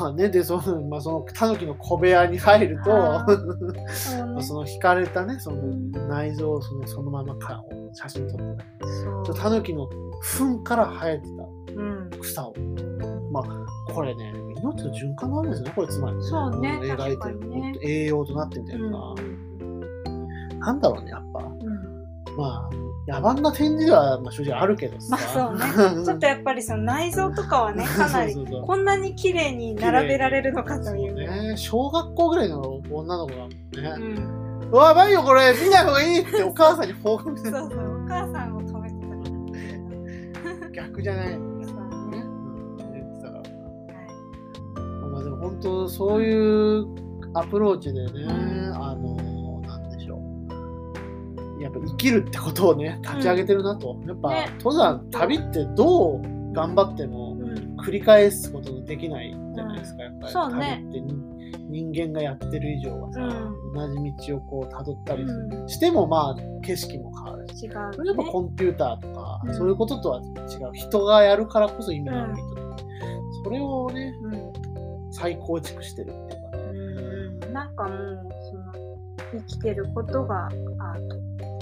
Speaker 1: まあねでその,、 まあ、そのタヌキの小部屋に入ると
Speaker 2: あそう
Speaker 1: ま
Speaker 2: ね
Speaker 1: あその引かれたねその内臓をそのそのままか写真撮って
Speaker 2: そ
Speaker 1: たタヌキの糞から生えて
Speaker 2: う。うん。
Speaker 1: た草をまこれね、命の循環なんですね、これつまり、
Speaker 2: そうね
Speaker 1: 描いて
Speaker 2: 確か
Speaker 1: る、
Speaker 2: にね
Speaker 1: 栄養となってみたいな、なんだろうね、やっぱ。
Speaker 2: うん。
Speaker 1: まあ、野蛮な展示では、まあ、正直あるけどさ。
Speaker 2: まあそう ね。ちょっとやっぱりその内臓とかはね、かなり
Speaker 1: そうそうそう
Speaker 2: こんなに綺麗に並べられるのかとい
Speaker 1: そう
Speaker 2: う。
Speaker 1: ね、小学校ぐらいの女の子だもんね。
Speaker 2: うん
Speaker 1: うわ、やばいよ、これ、見ない方がいいってお母さんに報告す
Speaker 2: そう
Speaker 1: る
Speaker 2: そ。う、お母さんを止めてたか
Speaker 1: 逆じゃない。うん
Speaker 2: ら。そうね。
Speaker 1: 言ってたから
Speaker 2: はい
Speaker 1: まあでも本当そういうアプローチでね、
Speaker 2: うん
Speaker 1: あのなんでしょうやっぱ生きるってことをね立ち上げてるなと、やっぱ、
Speaker 2: ね
Speaker 1: 登山旅ってどう頑張っても
Speaker 2: うん
Speaker 1: 繰り返すことのできないじゃないですか、やっぱり
Speaker 2: そうね
Speaker 1: 旅ってに人間がやってる以上はさ、
Speaker 2: う
Speaker 1: 同じ道をこう辿ったり
Speaker 2: うん
Speaker 1: してもまあ景色も変わるし。
Speaker 2: 違
Speaker 1: それや
Speaker 2: う
Speaker 1: っぱコ
Speaker 2: ね。
Speaker 1: ンピューターとか、
Speaker 2: うん
Speaker 1: そういうこととは違う人がやるからこそ意味のある人、それをね
Speaker 2: うん
Speaker 1: 再構築してるっていうかね。
Speaker 2: うんなんかもう、その、生きてることがアート
Speaker 1: っ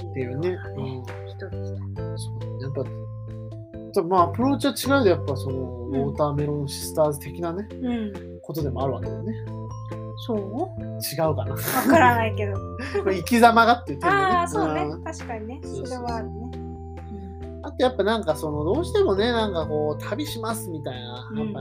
Speaker 2: ってて
Speaker 1: い
Speaker 2: いうう
Speaker 1: ね
Speaker 2: ね。人でした。
Speaker 1: そうやっぱとまあアプローチは違うでやっぱその、
Speaker 2: ん
Speaker 1: ウォーターメロンシスターズ的なね
Speaker 2: うん。
Speaker 1: ことでもあるわけだよね。
Speaker 2: そうわ
Speaker 1: 違うかな。
Speaker 2: からないけど。
Speaker 1: これ生き様がっていう点でね。
Speaker 2: ああ、そうね
Speaker 1: う。ん
Speaker 2: 確かにね。
Speaker 1: そうそうそう
Speaker 2: それはあるね。
Speaker 1: あとやっぱなんかそのどうしてもねなんかこう旅しますみたいな、
Speaker 2: うん
Speaker 1: やっ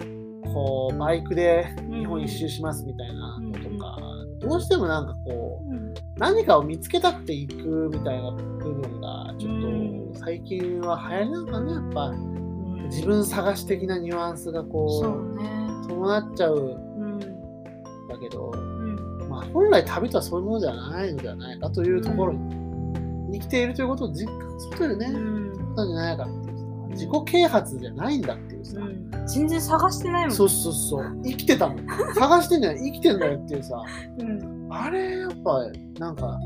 Speaker 1: ぱこうバイクで
Speaker 2: うん
Speaker 1: 日本一周しますみたいなのとか、どうしてもなんかこう
Speaker 2: うん
Speaker 1: 何かを見つけたくて行くみたいな部分がちょ
Speaker 2: う
Speaker 1: っと最近は流行りなのかなやっぱ
Speaker 2: うん
Speaker 1: 自分探し的なニュアンスが
Speaker 2: そ
Speaker 1: こ
Speaker 2: うね。
Speaker 1: う伴っちゃうん
Speaker 2: うん。
Speaker 1: だけど、
Speaker 2: うん。
Speaker 1: まあ、本来旅とはそういうものではないのではないかというところに生きているということを実感するというね、
Speaker 2: うん
Speaker 1: ことじゃないかっていうさあり自己啓発じゃないんだっていうさ、
Speaker 2: うん、全然探してないもん
Speaker 1: そうそうそう生きてたもん探してんじゃない生きてんだよっていうさ
Speaker 2: うん
Speaker 1: あれやっぱなんか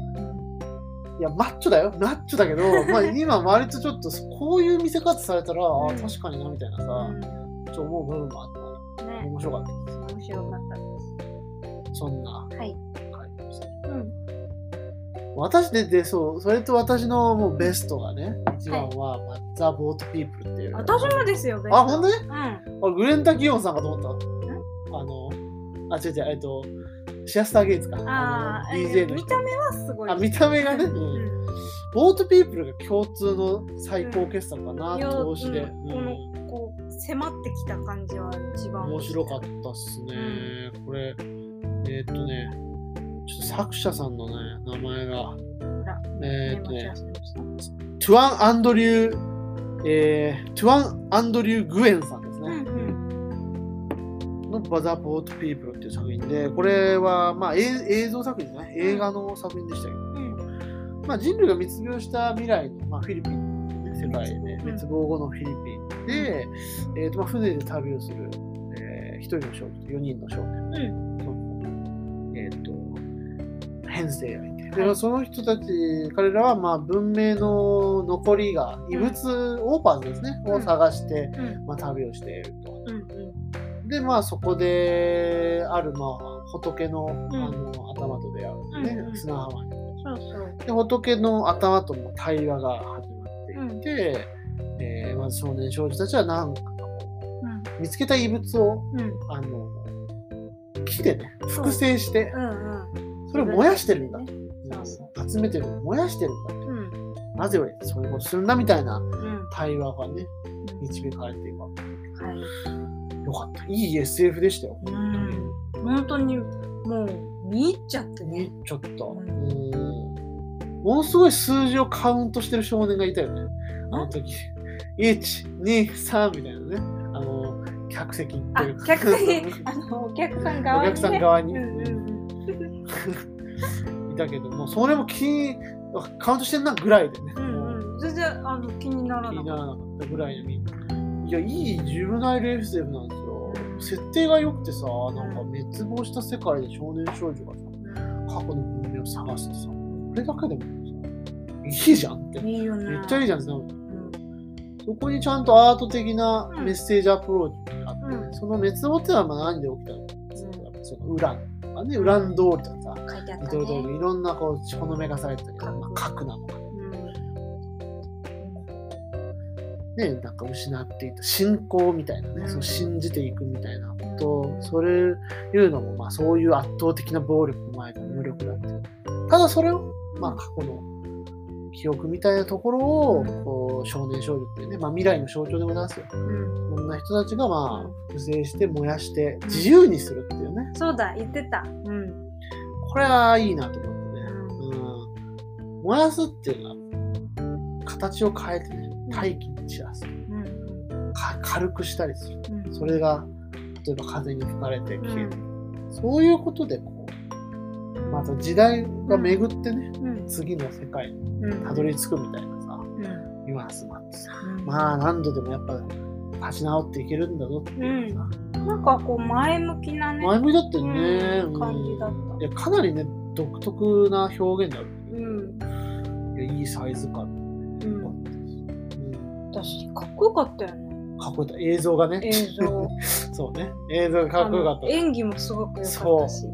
Speaker 1: いやマッチョだよマッチョだ けど、まあ、今周りとちょっとこういう見せ方されたら、あ
Speaker 2: うん
Speaker 1: ー確かになみたいな
Speaker 2: う
Speaker 1: さ
Speaker 2: ん
Speaker 1: ちょっと思う部分もあった
Speaker 2: ね
Speaker 1: 面白かったで
Speaker 2: 面白かったです
Speaker 1: そんな
Speaker 2: はい
Speaker 1: 感じです
Speaker 2: すうん
Speaker 1: 私ででそうそれと私のもうベストがね一番は、まあザ・ボート・ピープルっていう
Speaker 2: 私もですよ
Speaker 1: あほんとね
Speaker 2: うん
Speaker 1: あグレンタ・ギオンさんかと思ったあのあ違う違うえっとシアスター・ゲイツか
Speaker 2: あ
Speaker 1: の
Speaker 2: ー
Speaker 1: DJ の
Speaker 2: 見
Speaker 1: 人
Speaker 2: た目はすごい
Speaker 1: あ見た目がね、
Speaker 2: う
Speaker 1: うん
Speaker 2: ん
Speaker 1: ボートピープルが共通の最高傑作かな、
Speaker 2: うん
Speaker 1: 投資で、
Speaker 2: いやうん
Speaker 1: うん
Speaker 2: こう迫ってきた感じは一番
Speaker 1: 面白かったっすね、これえーっとねちょっと作者さんのね名前が
Speaker 2: ら
Speaker 1: えーっと
Speaker 2: メ
Speaker 1: ね
Speaker 2: モしまし
Speaker 1: トゥアン・アンドリューえー、トゥアン・アンドリュー・グエンさんです
Speaker 2: たう
Speaker 1: ね、
Speaker 2: んうん
Speaker 1: のバザ・ボート・ピープルっていう作品でこれはまあ映映像作品ですね映画の作品でしたけど、
Speaker 2: うん
Speaker 1: まあ、人類が滅亡した未来の、まあ、フィリピン、ね、世界で、
Speaker 2: 滅亡
Speaker 1: 滅亡後のフィリピンで、えーとまあ、船で旅をする、え1人の少年と4人の少年、えっ、と編成がいてで、
Speaker 2: はい
Speaker 1: その人たち彼らはまあ文明の残りが異物、オーパーズですね、
Speaker 2: うん
Speaker 1: を探して、
Speaker 2: うん
Speaker 1: まあ、旅をしていると。
Speaker 2: うんうん
Speaker 1: でまあそこである、まあ、仏の,、
Speaker 2: ん
Speaker 1: あの頭と出会う、ね
Speaker 2: うんうん
Speaker 1: 砂浜に
Speaker 2: そうそう
Speaker 1: で仏の頭との対話が始まっていて、えーまず少年少女たちはなんか
Speaker 2: うん
Speaker 1: 見つけた異物を
Speaker 2: うん
Speaker 1: あの木でね
Speaker 2: そう
Speaker 1: 複製して
Speaker 2: うんうん
Speaker 1: それを燃やしてるんだ、
Speaker 2: ねそう
Speaker 1: うん集めてる燃やしてるんだ
Speaker 2: うん
Speaker 1: なぜ俺そういうことするんだみたいな
Speaker 2: うん
Speaker 1: 対話がね導かれていくわけ
Speaker 2: はい
Speaker 1: よかったいい SF でしたよ
Speaker 2: うん本当にもう見入っちゃってね
Speaker 1: ちょっと
Speaker 2: う
Speaker 1: うんものすごい数字をカウントしてる少年がいたよねあの時123みたいなねあの客席行って
Speaker 2: あ
Speaker 1: る
Speaker 2: 客 席あのお客さん
Speaker 1: お
Speaker 2: 側に、ね、
Speaker 1: 客さん側に、
Speaker 2: うんうん
Speaker 1: いたけどもそれも気にカウントしてんなぐらいでね、
Speaker 2: う
Speaker 1: もうん
Speaker 2: うん全然あの気になら
Speaker 1: 気
Speaker 2: な
Speaker 1: に
Speaker 2: か
Speaker 1: なら
Speaker 2: っ
Speaker 1: なかったぐらいのみいやいいジュブナイル SF なんですよ
Speaker 2: うん
Speaker 1: 設定が良くてさなんか滅亡した世界で少年少女がさ過去の文明を探してさこれだけでもさいいじゃんって
Speaker 2: たいいよね
Speaker 1: めっちゃいいじゃんってなる
Speaker 2: うん
Speaker 1: そこにちゃんとアート的なメッセージアプローチがあって、
Speaker 2: うん
Speaker 1: その滅亡ってのはまあ何で起きたのかっていうとやっぱそのウランとかね、ウラン通りとかさ、
Speaker 2: 書いてあっ
Speaker 1: リ
Speaker 2: た
Speaker 1: トルドー
Speaker 2: ね
Speaker 1: ルいろんなこう、ほのめがされてたけど、
Speaker 2: 核
Speaker 1: まあ、核なのかね、なんか失っていた信仰みたいなね、
Speaker 2: うん
Speaker 1: その信じていくみたいなこと、それいうのも、まあそういう圧倒的な暴力の前では無力だっていう。ただそれを、まあ過去の記憶みたいなところを、
Speaker 2: うん
Speaker 1: こう、少年少女っていうね、まあ未来の象徴でございますよ。
Speaker 2: うんうん
Speaker 1: そんな人たちがま
Speaker 2: うん
Speaker 1: あ、不正して燃やして自由にするっていうね。
Speaker 2: そうだ言ってたうん
Speaker 1: これはいいなと思って
Speaker 2: う
Speaker 1: ね。
Speaker 2: ん
Speaker 1: うん。燃やすっていうのは、形を変えてね、大気に散らす。
Speaker 2: うん
Speaker 1: か軽くしたりする。
Speaker 2: うん
Speaker 1: それが、例えば風に吹かれて
Speaker 2: う
Speaker 1: 消える。
Speaker 2: ん
Speaker 1: そういうことで、こう、また時代が巡ってね、
Speaker 2: うん
Speaker 1: 次の世界に
Speaker 2: うん
Speaker 1: たどり着くみたいなさ、
Speaker 2: うん
Speaker 1: ニュアンスもあってさ。
Speaker 2: うん
Speaker 1: まあ何度でもやっぱ立ち直っていけるんだぞっていうさ、
Speaker 2: なんかこう前向きなね
Speaker 1: 前向きだったよね、
Speaker 2: うん感じだった
Speaker 1: いやかなりね独特な表現だよ
Speaker 2: うん
Speaker 1: いやいいサイズ感、
Speaker 2: うん
Speaker 1: うん、
Speaker 2: 私かっこよかったよね
Speaker 1: かっこよかった映像がね
Speaker 2: 映像
Speaker 1: そうね映像が かっこよかっ
Speaker 2: あの
Speaker 1: た
Speaker 2: 演技もすごく良かったし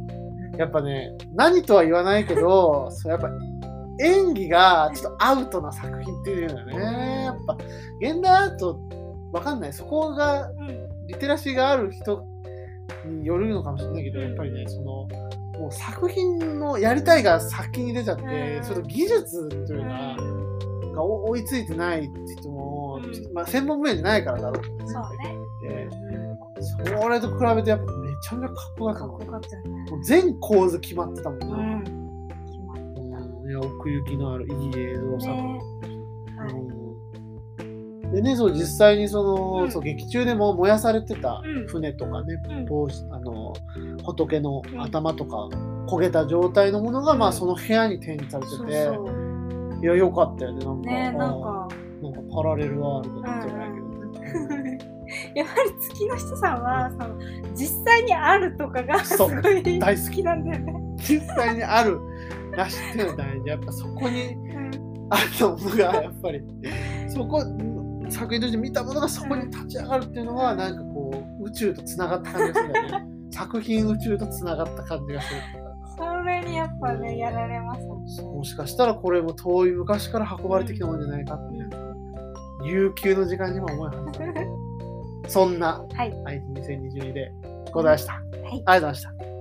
Speaker 1: やっぱね何とは言わないけどそうやっぱ演技がちょっとアウトな作品っていうのよねやっぱ現代アートわかんないそこが
Speaker 2: うん
Speaker 1: リテラシーがある人によるのかもしれないけど、やっぱりね、その、もう作品のやりたいが先に出ちゃって、
Speaker 2: うん
Speaker 1: その技術というのが
Speaker 2: うん
Speaker 1: が追いついてないって人も、
Speaker 2: うん
Speaker 1: ちょっとまあ、専門分野じゃないからだろうってね
Speaker 2: そうね
Speaker 1: 言
Speaker 2: うん
Speaker 1: ってそれと比べてやっぱめちゃめちゃかっこよ
Speaker 2: か
Speaker 1: か
Speaker 2: っ
Speaker 1: っ
Speaker 2: こよかったよね
Speaker 1: た。もう全構図決まってたもん
Speaker 2: う
Speaker 1: な。
Speaker 2: ん決まってた
Speaker 1: うんいや奥行きのあるいい映像作品
Speaker 2: ねはい
Speaker 1: うんでね、そう実際にその、
Speaker 2: うん
Speaker 1: そう劇中でも燃やされてた
Speaker 2: うん
Speaker 1: 船とかね、
Speaker 2: うん
Speaker 1: 帽子あの仏の
Speaker 2: うん
Speaker 1: 頭とか焦げた状態のものが、ま
Speaker 2: う
Speaker 1: あ、
Speaker 2: ん
Speaker 1: その部屋に展示されてて
Speaker 2: そうそう
Speaker 1: いやよかったよねなんか
Speaker 2: ねなん
Speaker 1: あ
Speaker 2: か
Speaker 1: ーなんかパラレルワールドじゃないけど、
Speaker 2: やっぱり月の人さんはその実際にあるとかがす
Speaker 1: そ
Speaker 2: ご
Speaker 1: う
Speaker 2: い
Speaker 1: 大好
Speaker 2: 好
Speaker 1: き
Speaker 2: きなんだよね。
Speaker 1: 実際にあるなしっていうのは大事やっぱそこに
Speaker 2: うん
Speaker 1: あるものがやっぱりそこ作品として見たものがそこに立ち上がるっていうのはなんかこう宇宙とつながった感じがするんだよね作品宇宙とつながった感じがするっていうか
Speaker 2: それにやっぱねやられますね。
Speaker 1: もしかしたらこれも遠い昔から運ばれてきたものじゃないかっていう悠久の時間にも思いはずだそんな
Speaker 2: はい。
Speaker 1: 愛知2022でございました、ありがとうございました